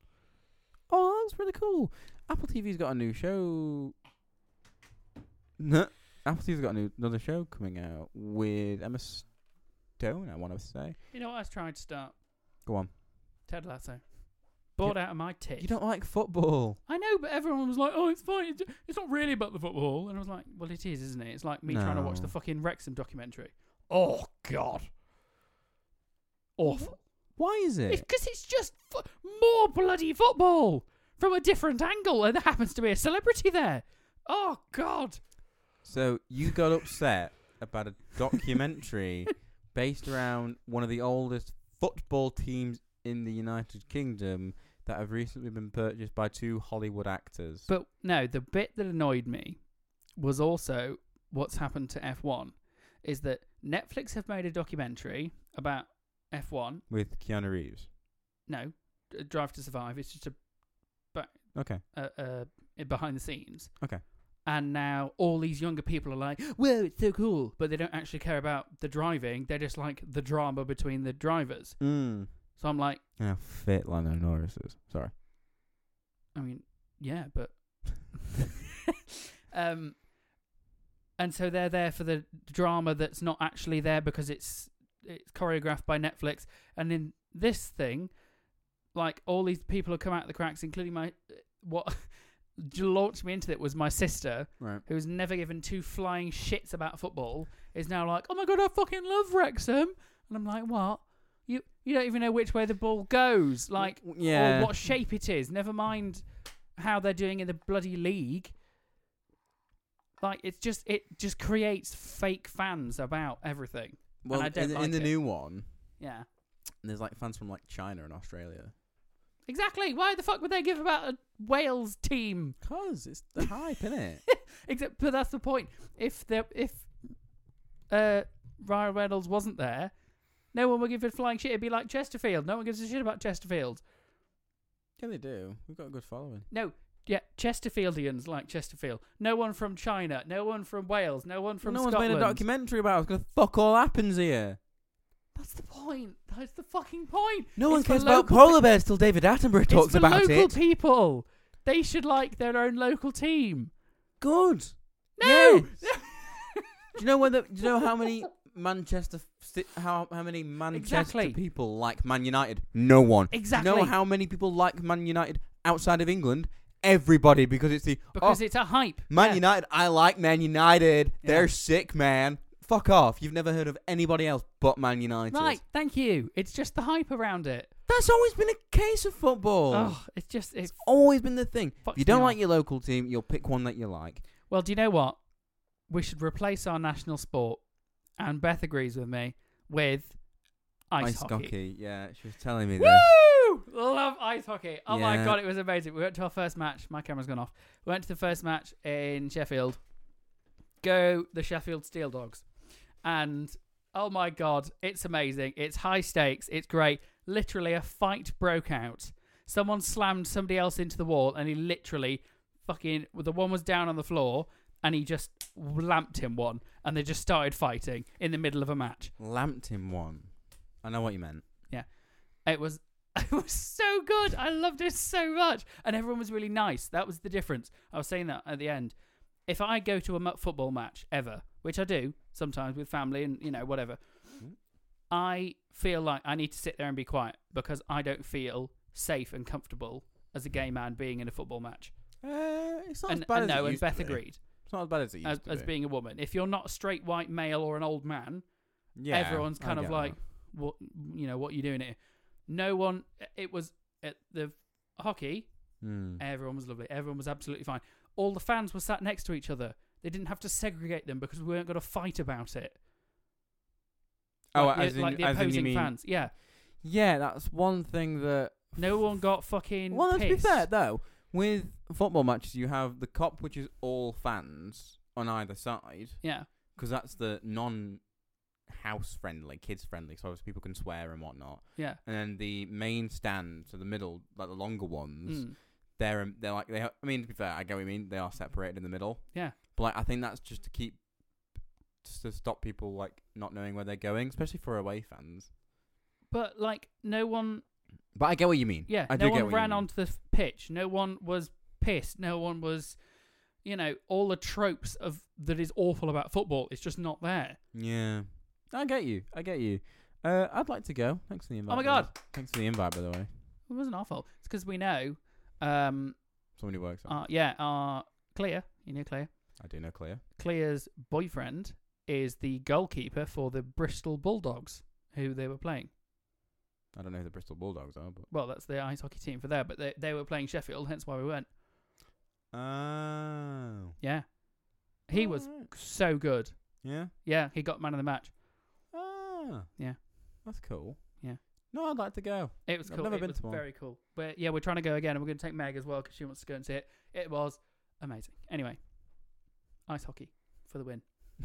S3: Oh, that's really cool. Apple TV's got a new show. No, Apple TV's got a new, another show coming out with Emma Stone. I want to say.
S2: You know what? I was trying to start
S3: Go on.
S2: Ted Lasso. Bored out of my tits.
S3: You don't like football.
S2: I know, but everyone was like, "Oh, it's fine. It's- It's not really about the football." And I was like, "Well, it is, isn't it? It's like me trying to watch
S3: No.
S2: the fucking Wrexham documentary." Oh God, awful.
S3: Why is
S2: It's
S3: it?
S2: because it's just fu- more bloody football from a different angle, and there happens to be a celebrity there. Oh God.
S3: So you got upset about a documentary based around one of the oldest football teams in the United Kingdom that have recently been purchased by two Hollywood actors.
S2: But no, the bit that annoyed me was also what's happened to F1. is that Netflix have made a documentary about F1.
S3: with Keanu Reeves.
S2: No, uh, Drive to Survive. It's just a,
S3: Okay.
S2: a, a, a behind the scenes.
S3: Okay.
S2: And now all these younger people are like, "Whoa, it's so cool!" But they don't actually care about the driving. They're just like the drama between the drivers.
S3: Mm.
S2: So I'm like,
S3: How fit Lando Norris is. Sorry.
S2: I mean, yeah, but um, and so they're there for the drama that's not actually there because it's it's choreographed by Netflix. And in this thing, like all these people have come out of the cracks, including my what launched me into it was my sister,
S3: Right.
S2: who's never given two flying shits about football, is now like, oh my god, I fucking love Wrexham, and I'm like, what? You you don't even know which way the ball goes, like
S3: yeah.
S2: or what shape it is. Never mind how they're doing in the bloody league. Like it's just it just creates fake fans about everything.
S3: well,
S2: I don't
S3: in, the-
S2: like
S3: in the
S2: it.
S3: new one,
S2: Yeah,
S3: there's like fans from like China and Australia.
S2: exactly. Why the fuck would they give about a Wales team?
S3: Cause it's the hype, isn't it?
S2: Except, but that's the point. If there, if uh, Ryan Reynolds wasn't there, no one would give a flying shit. It'd be like Chesterfield. No one gives a shit about Chesterfield.
S3: Yeah, they do. We've got a good following.
S2: No. Yeah, Chesterfieldians like Chesterfield. No one from China. No one from Wales. No one from
S3: no
S2: Scotland.
S3: one's made a documentary about. It's gonna fuck all happens here.
S2: That's the point. That's the fucking point.
S3: No
S2: It's
S3: one
S2: for
S3: cares about
S2: local-
S3: polar bears till David Attenborough
S2: It's
S3: talks
S2: for
S3: about
S2: local
S3: it.
S2: people. They should like their own local team.
S3: Good.
S2: No.
S3: Yes. Do you know when the, Do you know how many Manchester? fi- How how many Manchester
S2: Exactly.
S3: people like Man United? No one.
S2: exactly.
S3: Do you know how many people like Man United outside of England? Everybody, because it's the
S2: because
S3: oh,
S2: it's a hype.
S3: Man
S2: Yeah.
S3: United. I like Man United.
S2: Yeah.
S3: They're sick, man. Fuck off. You've never heard of anybody else but Man United.
S2: Right. Thank you. It's just the hype around it.
S3: That's always been a case of football.
S2: Oh, it's just it's
S3: It's always been the thing. If
S2: Fucks
S3: you don't
S2: me
S3: like
S2: off.
S3: your local team, you'll pick one that you like.
S2: Well, do you know what? We should replace our national sport, and Beth agrees with me with ice, hockey.
S3: Yeah, she was telling me this.
S2: Woo! Love ice hockey. Oh my
S3: Yeah.
S2: god, it was amazing. We went to our first match. My camera's gone off. We went to the first match in Sheffield. Go the Sheffield Steel Dogs. And oh my god, it's amazing. It's high stakes. It's great. Literally a fight broke out. Someone slammed somebody else into the wall and he literally fucking the one was down on the floor and he just lamped him one and they just started fighting in the middle of a match.
S3: Lampton one. I know what you meant.
S2: It was it was so good. I loved it so much, and everyone was really nice. That was the difference. I was saying that at the end. If I go to a mu- football match ever, which I do sometimes with family and you know whatever,
S3: Mm.
S2: I feel like I need to sit there and be quiet because I don't feel safe and comfortable as a gay man being in a football match.
S3: Uh, it's not
S2: and,
S3: as bad
S2: and
S3: as it
S2: no, and
S3: used to
S2: Beth
S3: be.
S2: agreed
S3: It's not as bad as it used
S2: as,
S3: to
S2: as
S3: be.
S2: being a woman. If you're not a straight white male or an old man,
S3: yeah,
S2: everyone's
S3: I
S2: kind of
S3: get
S2: like,
S3: that.
S2: what you know, what you doing here? No one. It was at the hockey.
S3: Hmm.
S2: Everyone was lovely. Everyone was absolutely fine. All the fans were sat next to each other. They didn't have to segregate them because we weren't going to fight about it.
S3: Oh,
S2: like
S3: as
S2: the,
S3: in,
S2: like the
S3: as in
S2: opposing
S3: you mean,
S2: fans. Yeah,
S3: yeah, that's one thing that.
S2: no one got fucking.
S3: Well, let's be
S2: pissed.
S3: fair though. With football matches, you have the cop, which is all fans on either side,
S2: Yeah,
S3: because that's the non-house friendly, kids friendly, so obviously people can swear and whatnot.
S2: yeah.
S3: And then the main stand, so the middle, like the longer ones,
S2: Mm.
S3: they're um, they're like they. Are, I mean, to be fair, I get what you mean. They are separated in the middle.
S2: Yeah.
S3: But like, I think that's just to keep, just to stop people like not knowing where they're going, especially for away fans.
S2: But like, no one.
S3: But I get what you mean.
S2: Yeah,
S3: I do
S2: no
S3: get
S2: one
S3: what
S2: ran
S3: you mean.
S2: onto the f- pitch. No one was pissed. No one was. You know, all the tropes of that is awful about football. It's just not there.
S3: Yeah, I get you. I get you. Uh, I'd like to go. Thanks for the invite.
S2: Oh my
S3: by
S2: God.
S3: the way. Thanks for the invite, by the way.
S2: It wasn't our fault. It's because we know. Um.
S3: Somebody works. on
S2: Uh, yeah. Uh. Clear. You know, Clear.
S3: I do know Clear.
S2: Clear's boyfriend is the goalkeeper for the Bristol Bulldogs, who they were playing.
S3: I don't know who the Bristol Bulldogs are, but
S2: Well, that's the ice hockey team for there, but they, they were playing Sheffield, hence why we went.
S3: oh,
S2: Yeah. He was
S3: Alright.
S2: so good.
S3: Yeah.
S2: Yeah, he got man of the match.
S3: Ah.
S2: Yeah.
S3: That's cool.
S2: Yeah.
S3: No, I'd like to go.
S2: It was
S3: I've
S2: cool.
S3: never
S2: it
S3: been
S2: was
S3: to one.
S2: very cool. But yeah, we're trying to go again, and we're going to take Meg as well because she wants to go and see it. It was amazing. Anyway, ice hockey for the win.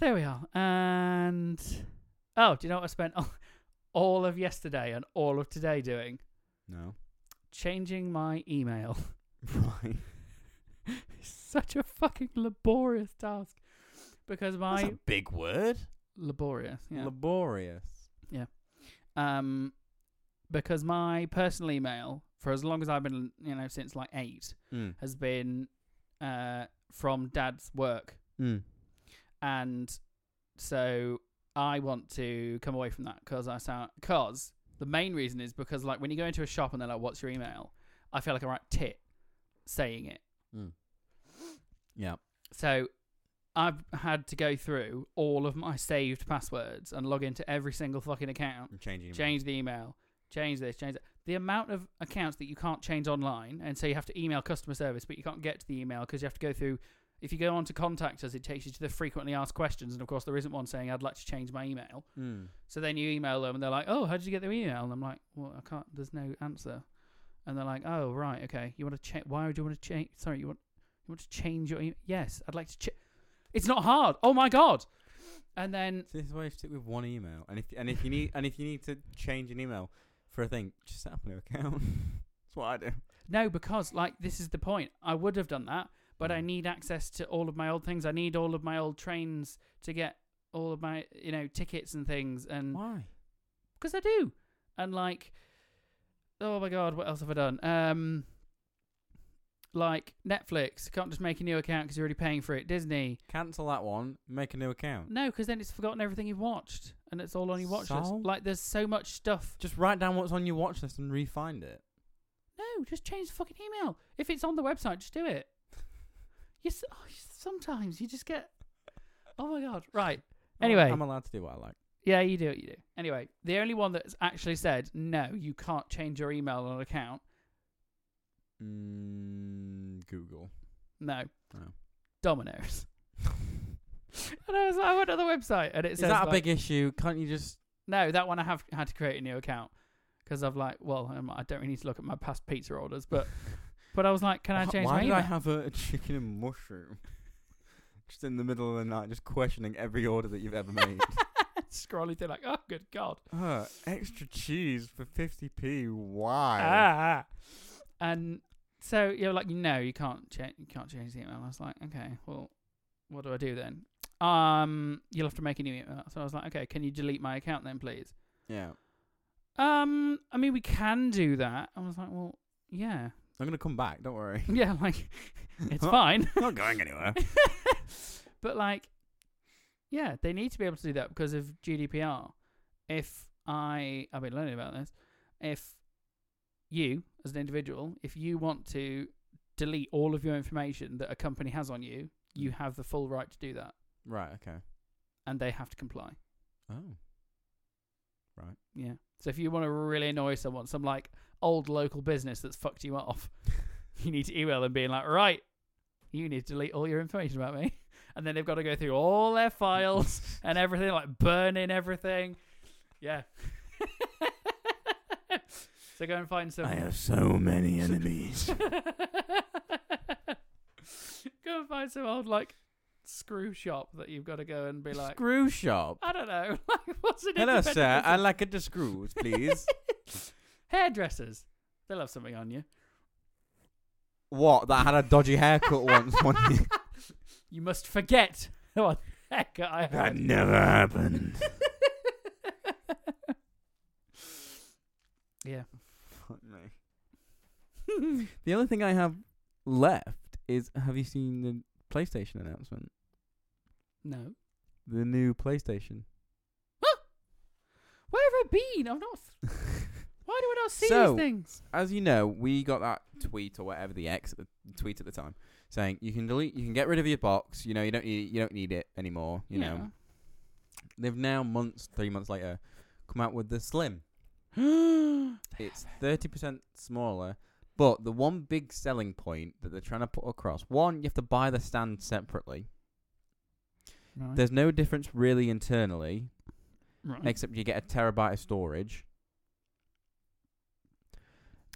S2: there we are. And oh, do you know what I spent all, all of yesterday and all of today doing?
S4: No.
S2: Changing my email.
S4: Right.
S2: It's such a fucking laborious task because my
S3: That's a big word.
S2: laborious, yeah.
S3: Laborious.
S2: um, because my personal email for as long as I've been, you know, since like eight,
S3: Mm.
S2: has been uh from Dad's work.
S3: Mm.
S2: and so I want to come away from that because I sound because the main reason is because like when you go into a shop and they're like, "What's your email?" I feel like I write tit saying it.
S3: Yeah.
S2: So I've had to go through all of my saved passwords and log into every single fucking account,
S3: I'm changing.
S2: change the email, change this, change that. The amount of accounts that you can't change online, and so you have to email customer service, but you can't get to the email because you have to go through. If you go on to contact us, it takes you to the frequently asked questions, and of course there isn't one saying I'd like to change my email.
S3: Mm.
S2: So then you email them and they're like, "Oh, how did you get their email?" And I'm like, "Well, I can't. There's no answer." And they're like, "Oh, right, okay. You want to check? Why would you want to change? Sorry, you want you want to change your email? Yes, I'd like to check. It's not hard. Oh my god!" And then
S3: So this is why you stick with one email, and if and if you need and if you need to change an email for a thing, just set up a new account. That's what I do.
S2: no, because like this is the point. I would have done that, but I
S3: Mm.
S2: need access to all of my old things. I need all of my old trains to get all of my you know tickets and things and
S3: Why?
S2: because I do. And like, oh my god, what else have I done? Um, like Netflix can't just make a new account because you're already paying for it. Disney,
S3: Cancel that one. Make a new account.
S2: no, because then it's forgotten everything you've watched, and it's all on your watch list.
S3: So?
S2: Like, there's so much stuff.
S3: Just write down what's on your watch list and re-find it.
S2: No, just change the fucking email. If it's on the website, just do it. You s- oh, you- sometimes you just get. Oh my god! Right.
S3: I'm-
S2: Anyway.
S3: I'm allowed to do what I like.
S2: Yeah, you do it. You do. Anyway, the only one that's actually said no, you can't change your email on an account.
S3: Mm, Google.
S2: No.
S3: No.
S2: Domino's. and I was like, I went on the website and it
S3: Is
S2: says
S3: that a
S2: like-
S3: big issue? Can't you just?
S2: No, that one I have had to create a new account because I've like, well, um, I don't really need to look at my past pizza orders, but but I was like, can I
S3: Wh-
S2: change
S3: Why
S2: my
S3: did
S2: email?
S3: I have a, a chicken and mushroom? just in the middle of the night, just questioning every order that you've ever made.
S2: Scrolling through like, oh good god,
S3: uh, extra cheese for fifty p. Why?
S2: ah, and so you're like, no, you can't change, you can't change the email. I was like, okay, well, what do I do then? Um, you'll have to make a new email. So I was like, okay, can you delete my account then, please?
S3: Yeah.
S2: Um, I mean, we can do that. I was like, well, yeah,
S3: I'm gonna come back. Don't worry.
S2: yeah, like it's fine.
S3: Not going anywhere.
S2: but like, yeah, they need to be able to do that because of GDPR. If I, I've been learning about this. If you, as an individual, if you want to delete all of your information that a company has on you, you have the full right to do that,
S3: Right. Okay.
S2: and they have to comply.
S3: Oh.
S2: Yeah. So if you want to really annoy someone, some like old local business that's fucked you off, you need to email them being like, right, you need to delete all your information about me. And then they've got to go through all their files and everything, like burning everything. Yeah. so go and find some.
S3: I have so many enemies.
S2: go and find some old like screw shop that you've got to go and be like,
S3: Screw shop.
S2: I don't know. Like, what's an
S3: Hello,
S2: independent
S3: sir.
S2: business?
S3: I'd like it to screws, please.
S2: Hairdressers. They'll have something on you.
S3: what? That had a dodgy haircut once. One year.
S2: You must forget what heck I had.
S3: never happened.
S2: yeah.
S3: Fuck me. The only thing I have left is have you seen the PlayStation announcement?
S2: no.
S3: The new PlayStation.
S2: Where have I been? I've not. Why do I not see
S3: So-
S2: these things?
S3: As you know, we got that tweet or whatever the X at the tweet at the time saying you can delete, you can get rid of your box. You know, you don't you, you don't need it anymore. You know, they've now months, three months later, come out with the Slim.
S2: know.
S3: It's thirty percent smaller, but the one big selling point that they're trying to put across: one, you have to buy the stand separately.
S2: right.
S3: There's no difference really internally,
S2: right.
S3: except you get a terabyte of storage.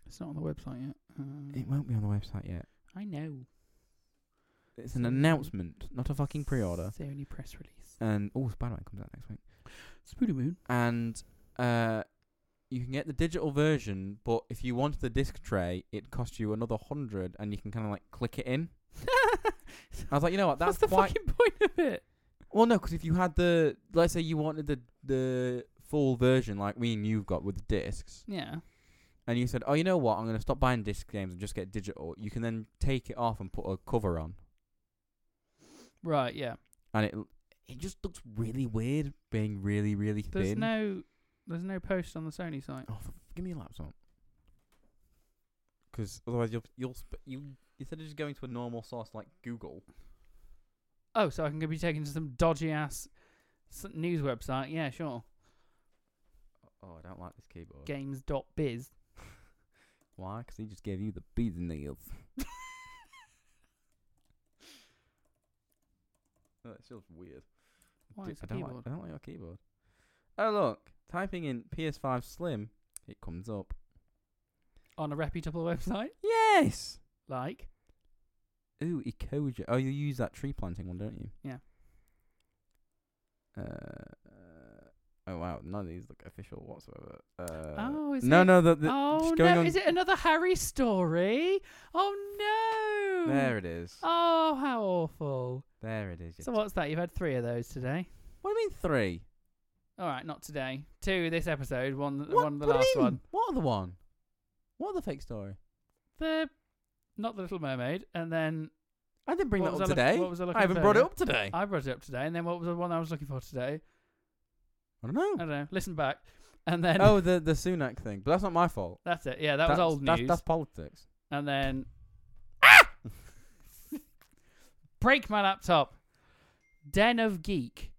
S2: It's not on the website yet. Uh,
S3: It won't be on the website yet.
S2: I know.
S3: It's an announcement, not a fucking pre-order.
S2: Is there any press release?
S3: And oh, Spider-Man comes out next week.
S2: Spooty Moon.
S3: And uh, you can get the digital version, but if you want the disc tray, it costs you another hundred, and you can kind of like click it in. I was like, you know what?
S2: That's
S3: That's
S2: the
S3: quite
S2: fucking point of it.
S3: well, no, because if you had the, let's say you wanted the the full version, like me and you've got with the discs,
S2: Yeah.
S3: and you said, oh, you know what? I'm gonna stop buying disc games and just get digital. You can then take it off and put a cover on,
S2: Right. Yeah.
S3: and it it just looks really weird, being really really
S2: There's
S3: thin.
S2: no. There's no post on the Sony site.
S3: Oh, for, give me a laptop. Because otherwise you'll you'll sp- you instead of just going to a normal source like Google.
S2: Oh, so I can be taken to some dodgy ass s- news website. Yeah, sure.
S3: Oh, I don't like this keyboard. Why? 'Cause
S2: Games.biz.
S3: Why? Because he just gave you the bees nails. no, it Oh, feels weird.
S2: Why
S3: D-
S2: is
S3: I
S2: the
S3: don't
S2: keyboard?
S3: like. I don't like your keyboard. Oh look, typing in PS5 Slim, it comes up.
S2: on a reputable website?
S3: Yes.
S2: Like,
S3: Ooh, Ecoja. Oh, you use that tree planting one, don't you?
S2: Yeah.
S3: Uh, oh wow, none of these look official whatsoever. Uh,
S2: oh, is
S3: no,
S2: it?
S3: no, the, the
S2: oh
S3: just going
S2: no,
S3: on-
S2: is it another Harry story? Oh no!
S3: there it is.
S2: Oh, how awful!
S3: There it is. you
S2: So
S3: t-
S2: what's that? You've had three of those today.
S3: what do you mean three?
S2: All right, not today. Two this episode. One,
S3: What,
S2: one the
S3: what do you
S2: last
S3: mean?
S2: one.
S3: What other one? What other fake story?
S2: The not the Little Mermaid, and then
S3: I didn't bring
S2: what
S3: that
S2: was
S3: up
S2: I look-
S3: today.
S2: what was I looking
S3: I haven't
S2: for Uh,
S3: brought it
S2: today?
S3: up today. I,
S2: I brought it up today, and then what was the one I was looking for today?
S3: don't
S2: I
S3: know.
S2: don't know. Listen back, and then
S3: oh, the the Sunak thing, but that's not my fault.
S2: that's it. Yeah, that was
S3: That's-
S2: old
S3: that's-
S2: news.
S3: That's Ah! politics.
S2: and then break my laptop. Den of Geek.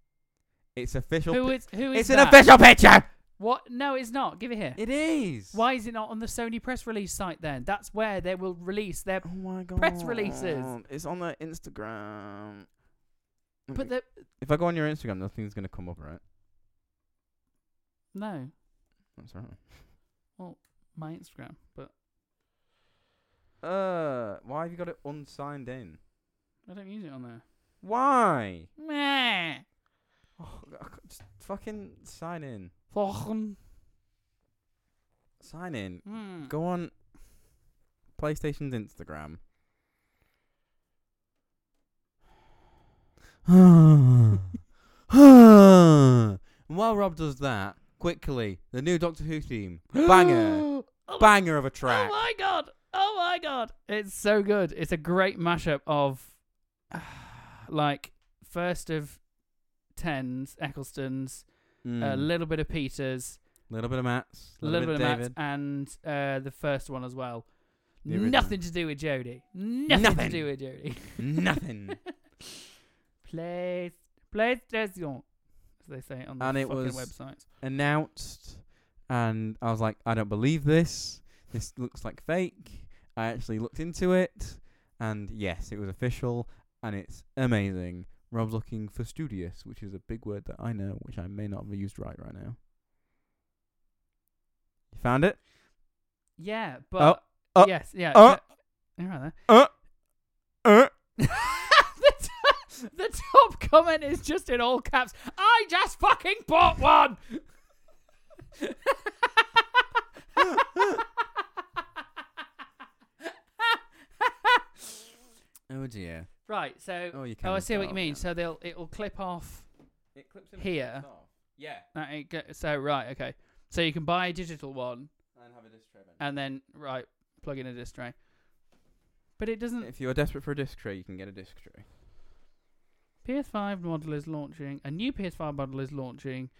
S3: It's official.
S2: Who
S3: pi-
S2: is who is
S3: it's an
S2: that?
S3: official picture.
S2: What? No, it's not. Give it here.
S3: It is.
S2: Why is it not on the Sony press release site then? That's where they will release their.
S3: Oh my god.
S2: Press releases.
S3: It's on their Instagram.
S2: But the
S3: if I go on your Instagram, nothing's gonna come up, right?
S2: no,
S3: That's right.
S2: my Instagram. But
S3: Uh, why have you got it unsigned in?
S2: I don't use it on there.
S3: Why?
S2: Meh.
S3: Oh, I c- just fucking sign in.
S2: Fucking.
S3: Sign in.
S2: Hmm.
S3: Go on PlayStation's Instagram. and while Rob does that, quickly, the new Doctor Who theme. Banger.
S2: Oh my-
S3: Banger of a track.
S2: Oh my god! Oh my god! It's so good. It's a great mashup of like first of tens, Eccleston's, a
S3: Mm.
S2: little bit of Peters,
S3: little bit of Matt's.
S2: a little bit of Matt's, and uh, the first one as well.
S3: The original.
S2: Nothing to do with Jodie. Nothing, to
S3: Nothing.
S2: do with Jodie.
S3: Nothing.
S2: Play PlayStation, as they say on the
S3: And it
S2: fucking
S3: was-
S2: websites.
S3: Announced, and I was like, I don't believe this. This looks like fake. I actually looked into it, and yes, it was official, and it's amazing. Rob's looking for studious, which is a big word that I know, which I may not have used right right now. You found it?
S2: Yeah, but
S3: uh,
S2: yes, yeah.
S3: uh,
S2: but- You're right there.
S3: Uh,
S2: the, t- the top comment is just in all caps. I just fucking bought one.
S3: oh dear.
S2: right, so
S3: Oh, you can.
S2: oh, I see what you mean. So they'll it'll clip off
S3: it clips
S2: in and here. clips
S3: Yeah.
S2: that it go- so right, okay. So you can buy a digital one
S3: And have a disc tray.
S2: and then right plug in a disc tray. But it doesn't.
S3: If you are desperate for a disc tray, you can get a disc tray.
S2: PS5 model is launching. A new PS5 model is launching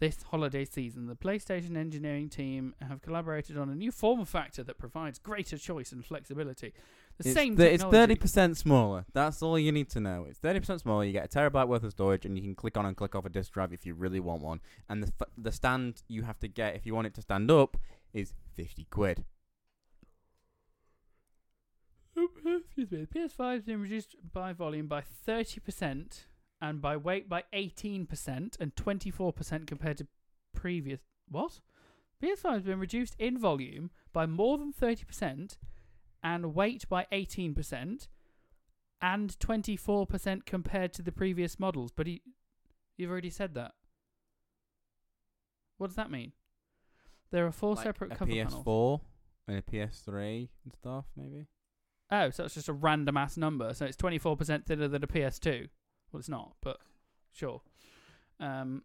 S2: this holiday season. The PlayStation engineering team have collaborated on a new form factor that provides greater choice and flexibility. The
S3: it's
S2: same
S3: thir-
S2: thing.
S3: it's thirty percent smaller. That's all you need to know. It's thirty percent smaller. You get a terabyte worth of storage, and you can click on and click off a disk drive if you really want one. And the f- the stand you have to get if you want it to stand up is fifty quid.
S2: Excuse me. The PS5 has been reduced by volume by 30% and by weight by 18% and 24% compared to previous. What? PS5 has been reduced in volume by more than 30% and weight by 18% and 24% compared to the previous models. But he, you've already said that. What does that mean? There are four
S3: Like
S2: separate
S3: a
S2: cover
S3: PS4
S2: panels.
S3: and a PS3 and stuff, maybe.
S2: Oh, so it's just a random ass number. So it's 24% thinner than a PS2. Well, it's not, but sure. Um,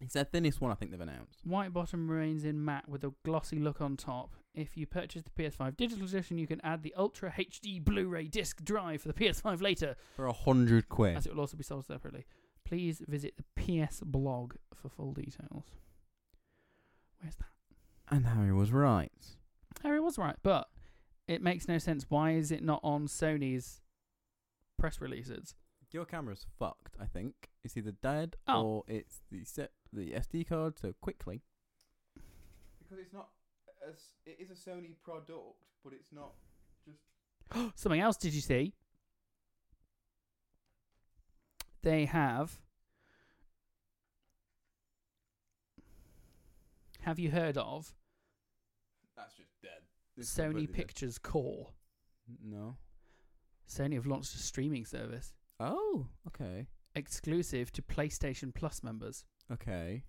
S3: It's their thinnest one I think they've announced.
S2: White bottom remains in matte with a glossy look on top. If you purchase the PS5 digital edition, you can add the Ultra HD Blu ray disc drive for the PS5 later,
S3: For a hundred quid.
S2: as it will also be sold separately. Please visit the PS blog for full details. Where's that?
S3: And Harry was right.
S2: Harry was right, but it makes no sense. Why is it not on Sony's press releases?
S3: Your camera's fucked, I think. It's either dead
S2: Oh.
S3: or it's the set the SD card so quickly.
S1: Because it's not. As, it is a Sony product, but it's not.
S2: Something else did you see? They have. Have you heard of
S1: That's just dead.
S3: It's completely
S2: Sony
S3: dead.
S2: Pictures Core?
S3: No.
S2: Sony have launched a streaming service
S3: Oh, okay.
S2: exclusive to PlayStation Plus members.
S3: Okay.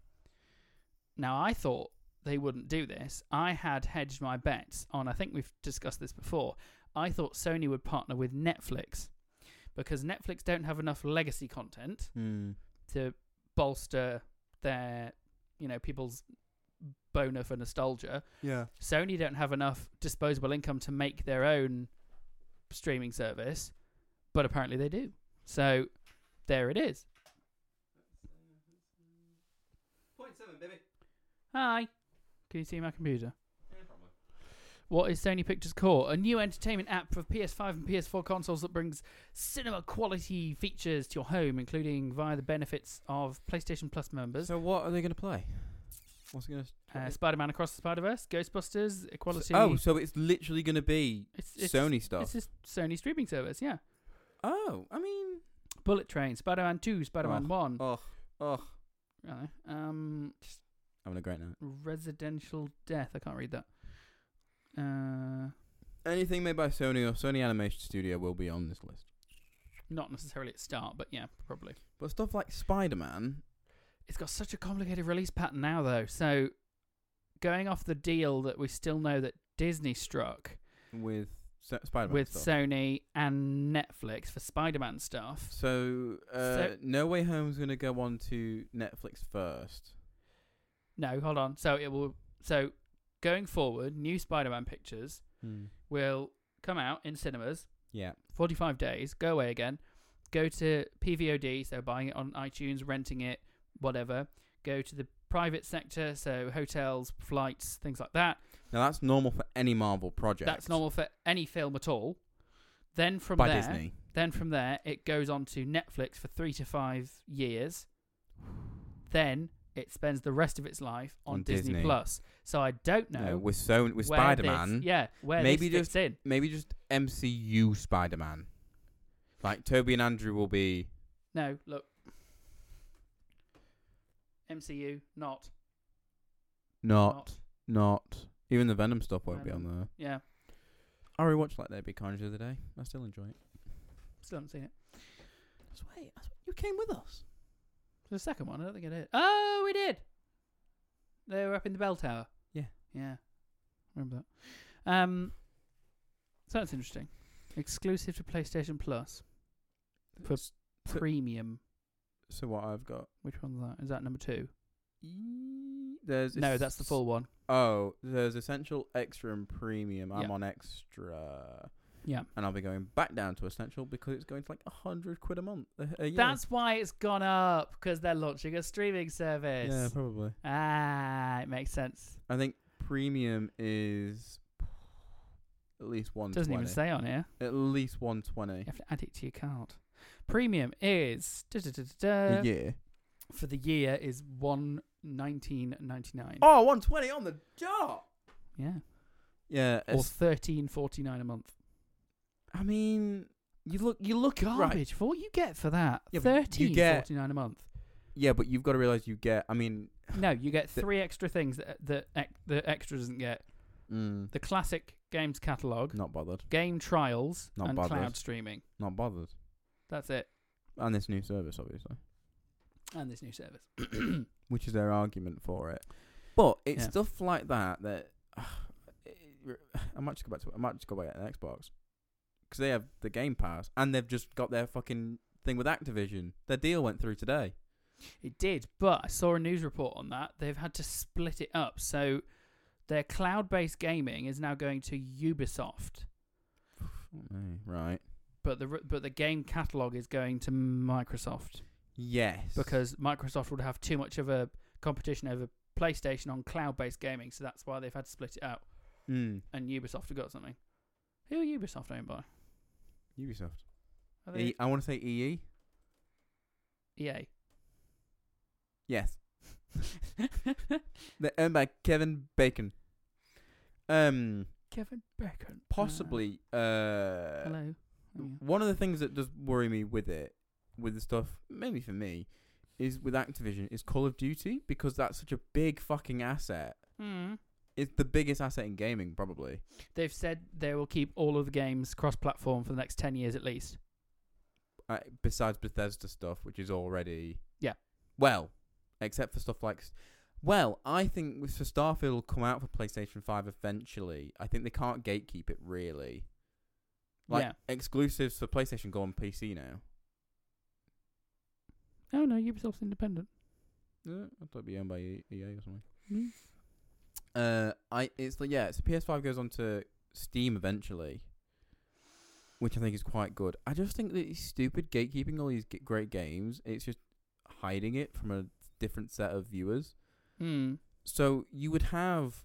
S2: Now, I thought they wouldn't do this. I had hedged my bets on, I think we've discussed this before. I thought Sony would partner with Netflix because Netflix don't have enough legacy content.
S3: Hmm.
S2: to bolster their, you know, people's boner for nostalgia.
S3: Yeah.
S2: Sony don't have enough disposable income to make their own streaming service, but apparently they do. So there it is.
S1: Point seven, baby.
S2: Hi. Can you see my computer? What is Sony Pictures Core? A new entertainment app for PS5 and PS4 consoles that brings cinema quality features to your home, including via the benefits of PlayStation Plus members.
S3: So what are they gonna play? What's it gonna?
S2: Uh, Spider-Man Across the Spider-Verse, Ghostbusters, Equality.
S3: oh, so it's literally gonna be
S2: it's, it's,
S3: Sony stuff.
S2: It's just Sony streaming service, yeah.
S3: oh, I mean,
S2: Bullet Train, Spider-Man 2, Spider-Man 1.
S3: oh, oh,
S2: Right. Um,
S3: having a great night.
S2: Residential Death. I can't read that. Uh,
S3: Anything made by Sony or Sony Animation Studio will be on this list.
S2: not necessarily at start, but yeah, probably.
S3: But stuff like Spider Man,
S2: It's got such a complicated release pattern now, though. So, going off the deal that we still know that Disney struck
S3: with S- Spider Man
S2: with
S3: stuff.
S2: Sony and Netflix for Spider-Man stuff.
S3: so, uh,
S2: So-
S3: No Way Home's gonna go on to Netflix first.
S2: No, hold on. So it will. So going forward, new Spider-Man pictures will come out in cinemas.
S3: Yeah,
S2: 45 days, go away again, go to PVOD, so buying it on iTunes, renting it, whatever, go to the private sector, so hotels, flights, things like that.
S3: now that's normal for any Marvel project.
S2: That's normal for any film at all. Then from
S3: by
S2: there,
S3: Disney.
S2: then from there, it goes on to Netflix for three to five years. Then it spends the rest of its life on,
S3: On
S2: Disney,
S3: Disney.
S2: Plus. So I don't know
S3: No, with Sony, with
S2: where
S3: Spider
S2: this-
S3: Man,
S2: yeah, where
S3: Maybe
S2: maybe this fits in.
S3: maybe just MCU Spider Man. Like Toby and Andrew will be
S2: No, look. MCU, not.
S3: not not, even the Venom stuff won't be on
S2: Venom.
S3: there.
S2: Yeah,
S3: I rewatched Like There Be Carnage the other day. I still enjoy it.
S2: still haven't seen it.
S3: Wait, you came with us.
S2: The second one, I don't think I did. Oh, we did. They were up in the bell tower.
S3: Yeah.
S2: yeah. Remember that. Um, so that's interesting. Exclusive to PlayStation Plus, For-
S3: S- So-
S2: premium.
S3: so what I've got?
S2: Which one's that? Is that number two?
S3: E, There's
S2: no,
S3: es-
S2: that's the full one.
S3: Oh, there's essential, extra, and premium. I'm
S2: Yeah.
S3: on extra,
S2: Yeah,
S3: and I'll be going back down to essential because it's going for like a hundred quid a month. A, a year.
S2: that's why it's gone up because they're launching a streaming service.
S3: yeah, probably.
S2: ah, it makes sense.
S3: I think premium is at least one.
S2: Doesn't even say on here.
S3: at least one twenty
S2: You have to add it to your card. Premium is da, da, da, da,
S3: a
S2: da,
S3: year.
S2: for the year is one nineteen ninety nine.
S3: Oh, 120 on the jar.
S2: Yeah,
S3: Yeah,
S2: or
S3: it's-
S2: thirteen forty nine a month.
S3: I mean, you look, you look right.
S2: Garbage for what you get for that.
S3: Yeah, but you
S2: Thirteen
S3: get-
S2: forty nine a month.
S3: Yeah, but you've got to realize you get. I mean,
S2: No, you get
S3: The-
S2: three extra things that that ex- the extra doesn't get.
S3: mm,
S2: The classic games catalog,
S3: Not bothered.
S2: game trials,
S3: Not
S2: and
S3: bothered.
S2: cloud streaming.
S3: Not bothered.
S2: That's it.
S3: And this new service, obviously,
S2: And this new service.
S3: which is their argument for it. But it's
S2: Yeah.
S3: stuff like that that I might just go back to. I might just go back to an Xbox because they have the Game Pass and they've just got their fucking thing with Activision. Their deal went through today.
S2: It did, but I saw a news report on that. They've had to split it up. So their cloud based gaming is now going to Ubisoft,
S3: Mm, Right.
S2: but the but the game catalog is going to Microsoft
S3: Yes.
S2: because Microsoft would have too much of a competition over PlayStation on cloud based gaming. So that's why they've had to split it out.
S3: mm.
S2: And Ubisoft have got something. Who are Ubisoft owned by?
S3: Ubisoft.
S2: Are
S3: E-
S2: they E
S3: I want to say EE.
S2: EA?
S3: Yes. They're owned by Kevin Bacon. Um,
S2: Kevin Bacon.
S3: possibly.
S2: Uh,
S3: Uh,
S2: hello. Oh, yeah.
S3: one of the things that does worry me with it, with the stuff, maybe for me, is with Activision is Call of Duty because that's such a big fucking asset.
S2: Hmm.
S3: It's the biggest asset in gaming, probably.
S2: They've said they will keep all of the games cross platform for the next 10 years at least.
S3: Uh, besides Bethesda stuff, which is already
S2: Yeah.
S3: Well, except for stuff like, s- well, I think with- so Starfield will come out for PlayStation Five eventually. I think they can't gatekeep it really. Like
S2: yeah.
S3: exclusives for PlayStation go on PC now.
S2: Oh, no, Ubisoft's independent.
S3: Yeah, I thought it'd be owned by E- EA or something.
S2: Mm.
S3: Uh, I it's like yeah, so PS5 goes on to Steam eventually, which I think is quite good. I just think that it's stupid gatekeeping all these g- great games. It's just hiding it from a different set of viewers.
S2: Mm.
S3: So you would have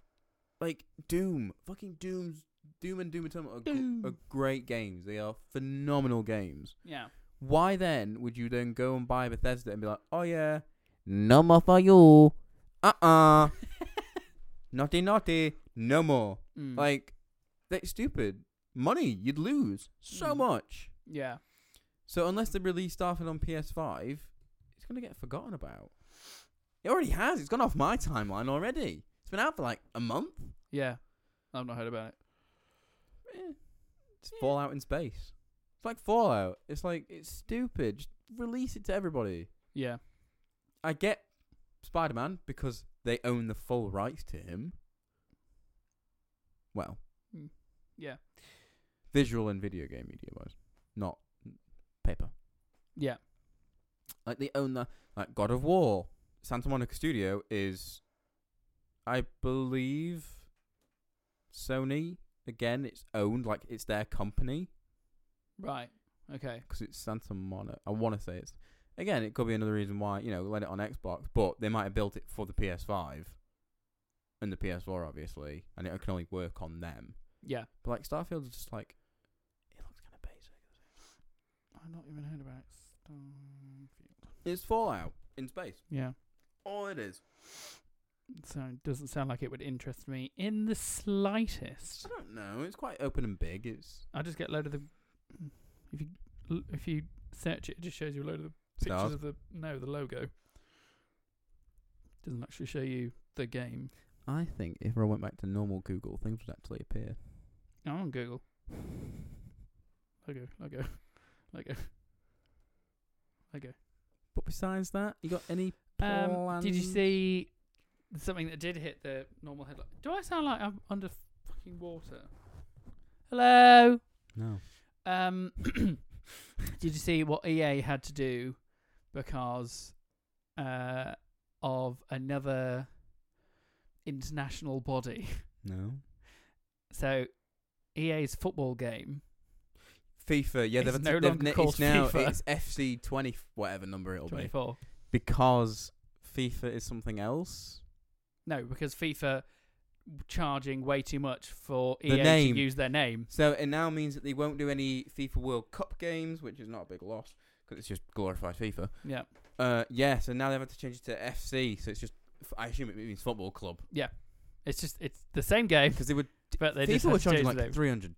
S3: like Doom, fucking Doom's Doom and Doom Eternal are, gr-
S2: Doom.
S3: are great games. They are phenomenal games.
S2: Yeah.
S3: Why then would you then go and buy Bethesda and be like, oh yeah, no more for you, uh uh naughty naughty, no more.
S2: Mm.
S3: Like, that's stupid. Money, you'd lose so
S2: Mm.
S3: much.
S2: yeah.
S3: So unless they release Starfield on PS5, it's gonna get forgotten about. It already has. It's gone off my timeline already. It's been out for like a month.
S2: Yeah. I've not heard about it.
S3: Eh, It's Fallout in space. It's like Fallout. It's like it's stupid. Just release it to everybody.
S2: Yeah.
S3: I get Spider Man because they own the full rights to him. Well,
S2: Yeah.
S3: visual and video game media wise, not paper.
S2: Yeah.
S3: Like they own the like God of War. Santa Monica Studio is, I believe, Sony. Again, it's owned like it's their company
S2: Right. Okay.
S3: because it's Santa Monica. I want to say it's again. It could be another reason why you know let it on Xbox, but they might have built it for the PS5 and the PS4 obviously, and it can only work on them.
S2: Yeah.
S3: But like Starfield is just like it looks kind of basic.
S2: I've not even heard about it. Starfield.
S3: It's Fallout in space.
S2: Yeah.
S3: All it is.
S2: So it doesn't sound like it would interest me in the slightest.
S3: I don't know. It's quite open and big. It's
S2: I just get a load of the. If you if you search it, it just shows you a load of the pictures
S3: stars.
S2: of the no the logo. Doesn't actually show you the game.
S3: I think if I went back to normal Google, things would actually appear.
S2: I'm on Google. Logo, logo, logo, logo.
S3: But besides that, you got any?
S2: Um, did you
S3: plans?
S2: see something that did hit the normal headline? Do I sound like I'm under fucking water? Hello.
S3: No.
S2: Um, did you see what EA had to do because uh, of another international body?
S3: No.
S2: So EA's football game.
S3: FIFA. Yeah,
S2: It's
S3: they've,
S2: no
S3: they've,
S2: longer
S3: na-
S2: called
S3: it's now
S2: FIFA.
S3: it's FC twenty whatever number it'll be
S2: 24.
S3: because FIFA is something else.
S2: No, because FIFA charging way too much for
S3: The
S2: EA
S3: name.
S2: to use their name.
S3: So it now means that they won't do any FIFA World Cup games, which is not a big loss because it's just glorified FIFA.
S2: Yeah.
S3: Uh, yeah. So now they've had to change it to FC. So it's just f- I assume it means football club
S2: It's just it's the same game,
S3: because they would
S2: but they
S3: FIFA
S2: just had
S3: were
S2: to
S3: charging
S2: change the
S3: like
S2: name.
S3: three hundred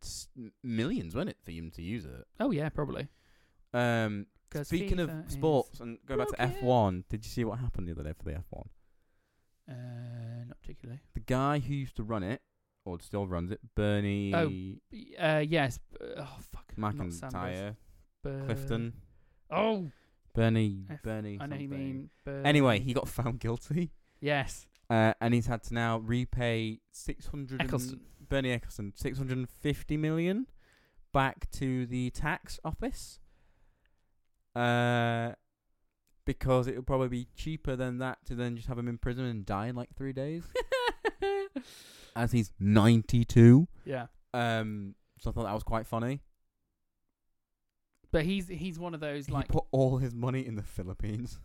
S3: millions, wasn't it, for them to use it?
S2: Oh yeah, probably.
S3: Um,
S2: 'Cause
S3: speaking
S2: FIFA
S3: of
S2: is-
S3: sports and going back to
S2: broken.
S3: F one, did you see what happened the other day for the F one?
S2: Uh, not particularly.
S3: The guy who used to run it or still runs it, Bernie
S2: Uh, yes. b- Oh fuck. not Sanders,
S3: McIntyre,
S2: but-
S3: Clifton,
S2: Oh,
S3: Bernie,
S2: F-
S3: Bernie.
S2: I know you
S3: something.
S2: mean. But
S3: Anyway, he got found guilty,
S2: yes,
S3: uh, and he's had to now repay six hundred.
S2: Eccleston.
S3: Bernie Eccleston, six hundred and fifty million back to the tax office. Uh, because it would probably be cheaper than that to then just have him in prison and die in like three days, as he's ninety-two.
S2: yeah,
S3: Um, so I thought that was quite funny.
S2: but he's he's one of those like.
S3: he put all his money in the Philippines,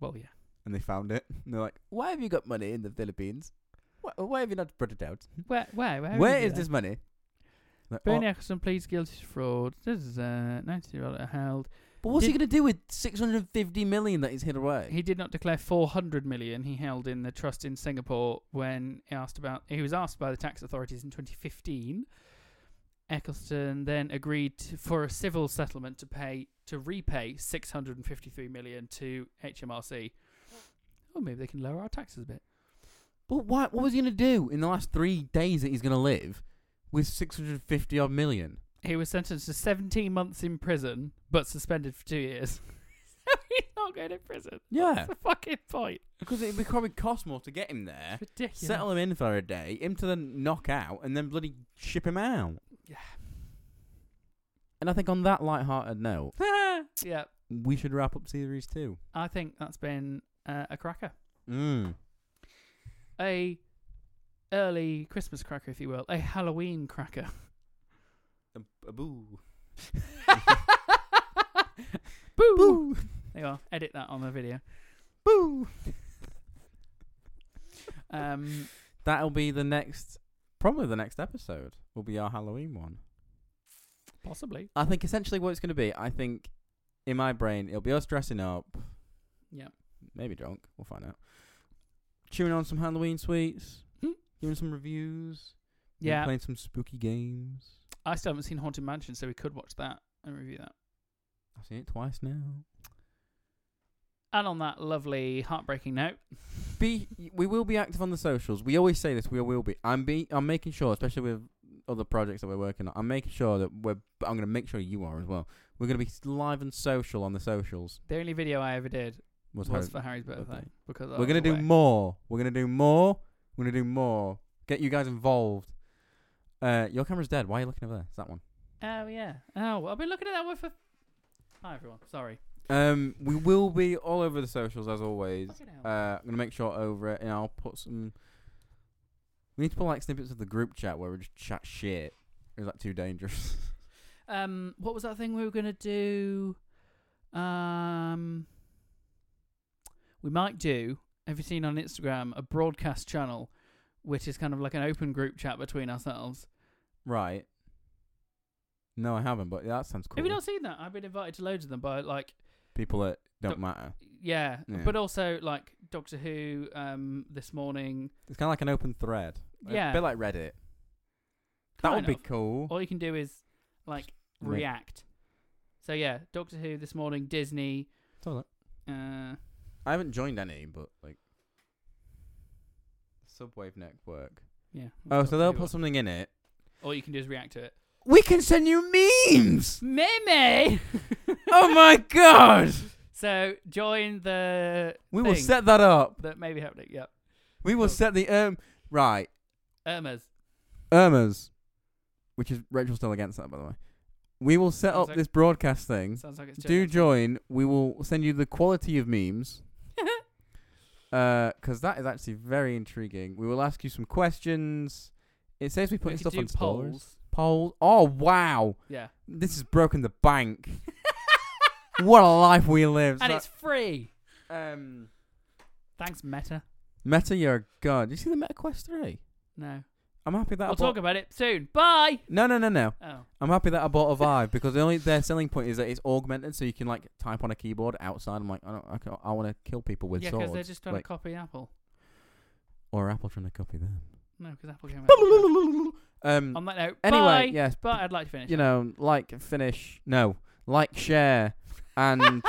S2: well, yeah.
S3: and they found it. And they're like, "Why have you got money in the Philippines? Why, why have you not put it out?
S2: Where where where,
S3: Hmm? Where
S2: he
S3: is
S2: do that?
S3: this money?" Like,
S2: Bernie
S3: "Oh,
S2: Eccleston pleads guilty to fraud. This is uh, 19 year old held.
S3: but what's he
S2: did-
S3: gonna do with six hundred and fifty million that he's hid away?
S2: He did not declare 400 million he held in the trust in Singapore when asked about. He was asked by the tax authorities in 2015. Eccleston then agreed to, for a civil settlement to pay to repay 653 million to HMRC. Oh, maybe they can lower our taxes a bit.
S3: But why, what was he going to do in the last three days that he's going to live with 650 odd million?
S2: He was sentenced to 17 months in prison, but suspended for two years. so he's not going to prison.
S3: Yeah.
S2: That's the fucking point.
S3: Because it would probably cost more to get him there,
S2: It's ridiculous.
S3: Eh, settle him in for a day, him to then knock out, and then bloody ship him out.
S2: Yeah.
S3: And I think on that light-hearted note,
S2: yeah,
S3: we should wrap up series two.
S2: I think that's been uh, a cracker,
S3: Mm.
S2: a early Christmas cracker, if you will, a Halloween cracker.
S3: Boo.
S2: Boo!
S3: Boo.
S2: There you are. Edit that on the video.
S3: Boo.
S2: Um,
S3: That'll be the next, probably the next episode will be our Halloween one.
S2: possibly.
S3: I think essentially what it's going to be, I think in my brain, it'll be us dressing up.
S2: Yep.
S3: Maybe drunk. We'll find out. Chewing on some Halloween sweets.
S2: Hmm.
S3: Doing some reviews. maybe
S2: Yeah,
S3: Playing some spooky games.
S2: I still haven't seen Haunted Mansion, so we could watch that and review that.
S3: I've seen it twice now.
S2: And on that lovely, heartbreaking note,
S3: Be we will be active on the socials. We always say this. We will be. I'm be. I'm making sure, especially with other projects that we're working on. I'm making sure that we're. I'm going to make sure you are as well. We're going to be live and social on the socials.
S2: the only video I ever did
S3: Was
S2: was,
S3: Harry-
S2: for Harry's
S3: birthday.
S2: birthday because I
S3: We're
S2: was
S3: gonna do
S2: away.
S3: more. We're gonna do more. We're gonna do more. Get you guys involved. Uh, your camera's dead. Why are you looking over there? It's that one.
S2: Oh yeah. Oh, well, I've been looking at that one for. Hi everyone. Sorry.
S3: Um, we will be all over the socials as always.
S2: Fucking hell.
S3: Uh, I'm gonna make sure over it, and I'll put some. We need to put like snippets of the group chat where we just chat shit. Is that too dangerous?
S2: Um, what was that thing we were gonna do? Um, we might do. Have you seen on Instagram a broadcast channel, which is kind of like an open group chat between ourselves?
S3: right. No, I haven't, but that sounds cool.
S2: Have you not seen that? I've been invited to loads of them by like,
S3: People that don't
S2: Don't-
S3: matter.
S2: yeah,
S3: Yeah.
S2: but also like Doctor Who. Um, this morning.
S3: It's kind of like an open thread.
S2: Yeah.
S3: A bit like Reddit. That would
S2: kind
S3: be
S2: of.
S3: cool.
S2: All you can do is like
S3: Make-
S2: react. So yeah, Doctor Who this morning, Disney.
S3: It's all right.
S2: Uh,
S3: I haven't joined any, but like Subwave Network.
S2: yeah.
S3: Oh,
S2: Doctor
S3: so they'll
S2: Who.
S3: put something in it.
S2: All you can do is react to it.
S3: We can send you memes.
S2: Meme.
S3: oh my god!
S2: So join the
S3: We will
S2: thing
S3: set that up.
S2: that may be happening. Yep.
S3: We will
S2: Cool.
S3: set the um right
S2: Irma's.
S3: Irma's, which is Rachel's still against that by the way. We will set
S2: Sounds
S3: up
S2: like-
S3: this broadcast thing.
S2: Sounds like it's
S3: Do
S2: Joe.
S3: join. We will send you the quality of memes. Uh, because that is actually very intriguing. We will ask you some questions. It says we put
S2: We could
S3: stuff
S2: do
S3: on polls.
S2: polls.
S3: Polls. Oh wow!
S2: Yeah.
S3: This has broken the bank. what a life we live.
S2: and
S3: So-
S2: it's free.
S3: um,
S2: Thanks, Meta.
S3: Meta, you're a god. Did you see the Meta Quest three?
S2: No.
S3: I'm happy that I
S2: We'll
S3: bought.
S2: talk about it soon. Bye.
S3: no, no, no, no.
S2: Oh.
S3: I'm happy that I bought a Vive because the only their selling point is that it's augmented, so you can like type on a keyboard outside. I'm like, I don't, I, can't- I want to kill people with
S2: yeah,
S3: swords.
S2: because they're just trying
S3: Like,
S2: to copy Apple.
S3: or Apple trying to copy them.
S2: No, because Apple came out.
S3: um.
S2: On that note,
S3: anyway,
S2: bye.
S3: yes,
S2: But I'd like to finish.
S3: you know, like, finish, no, like, share, and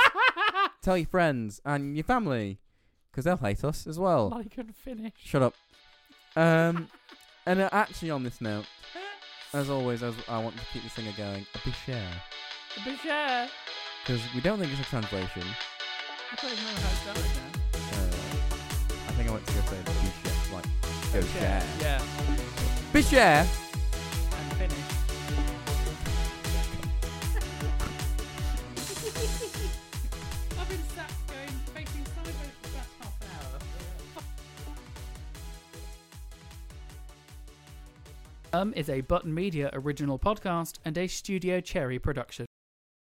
S3: tell your friends and your family because they'll hate us as well.
S2: like and finish.
S3: Shut up. Um. And uh, actually, on this note, as always, as I want to keep this thing going, a big share
S2: Bashir.
S3: because we don't think it's a translation.
S2: I don't even know how it started now.
S3: Uh, I think I went to go say big share, like go share.
S2: Yeah.
S3: Big share.
S2: And finish. I've been sat going facing sideways for about half an hour. Um is a Button Media original podcast and a Studio Cherry production.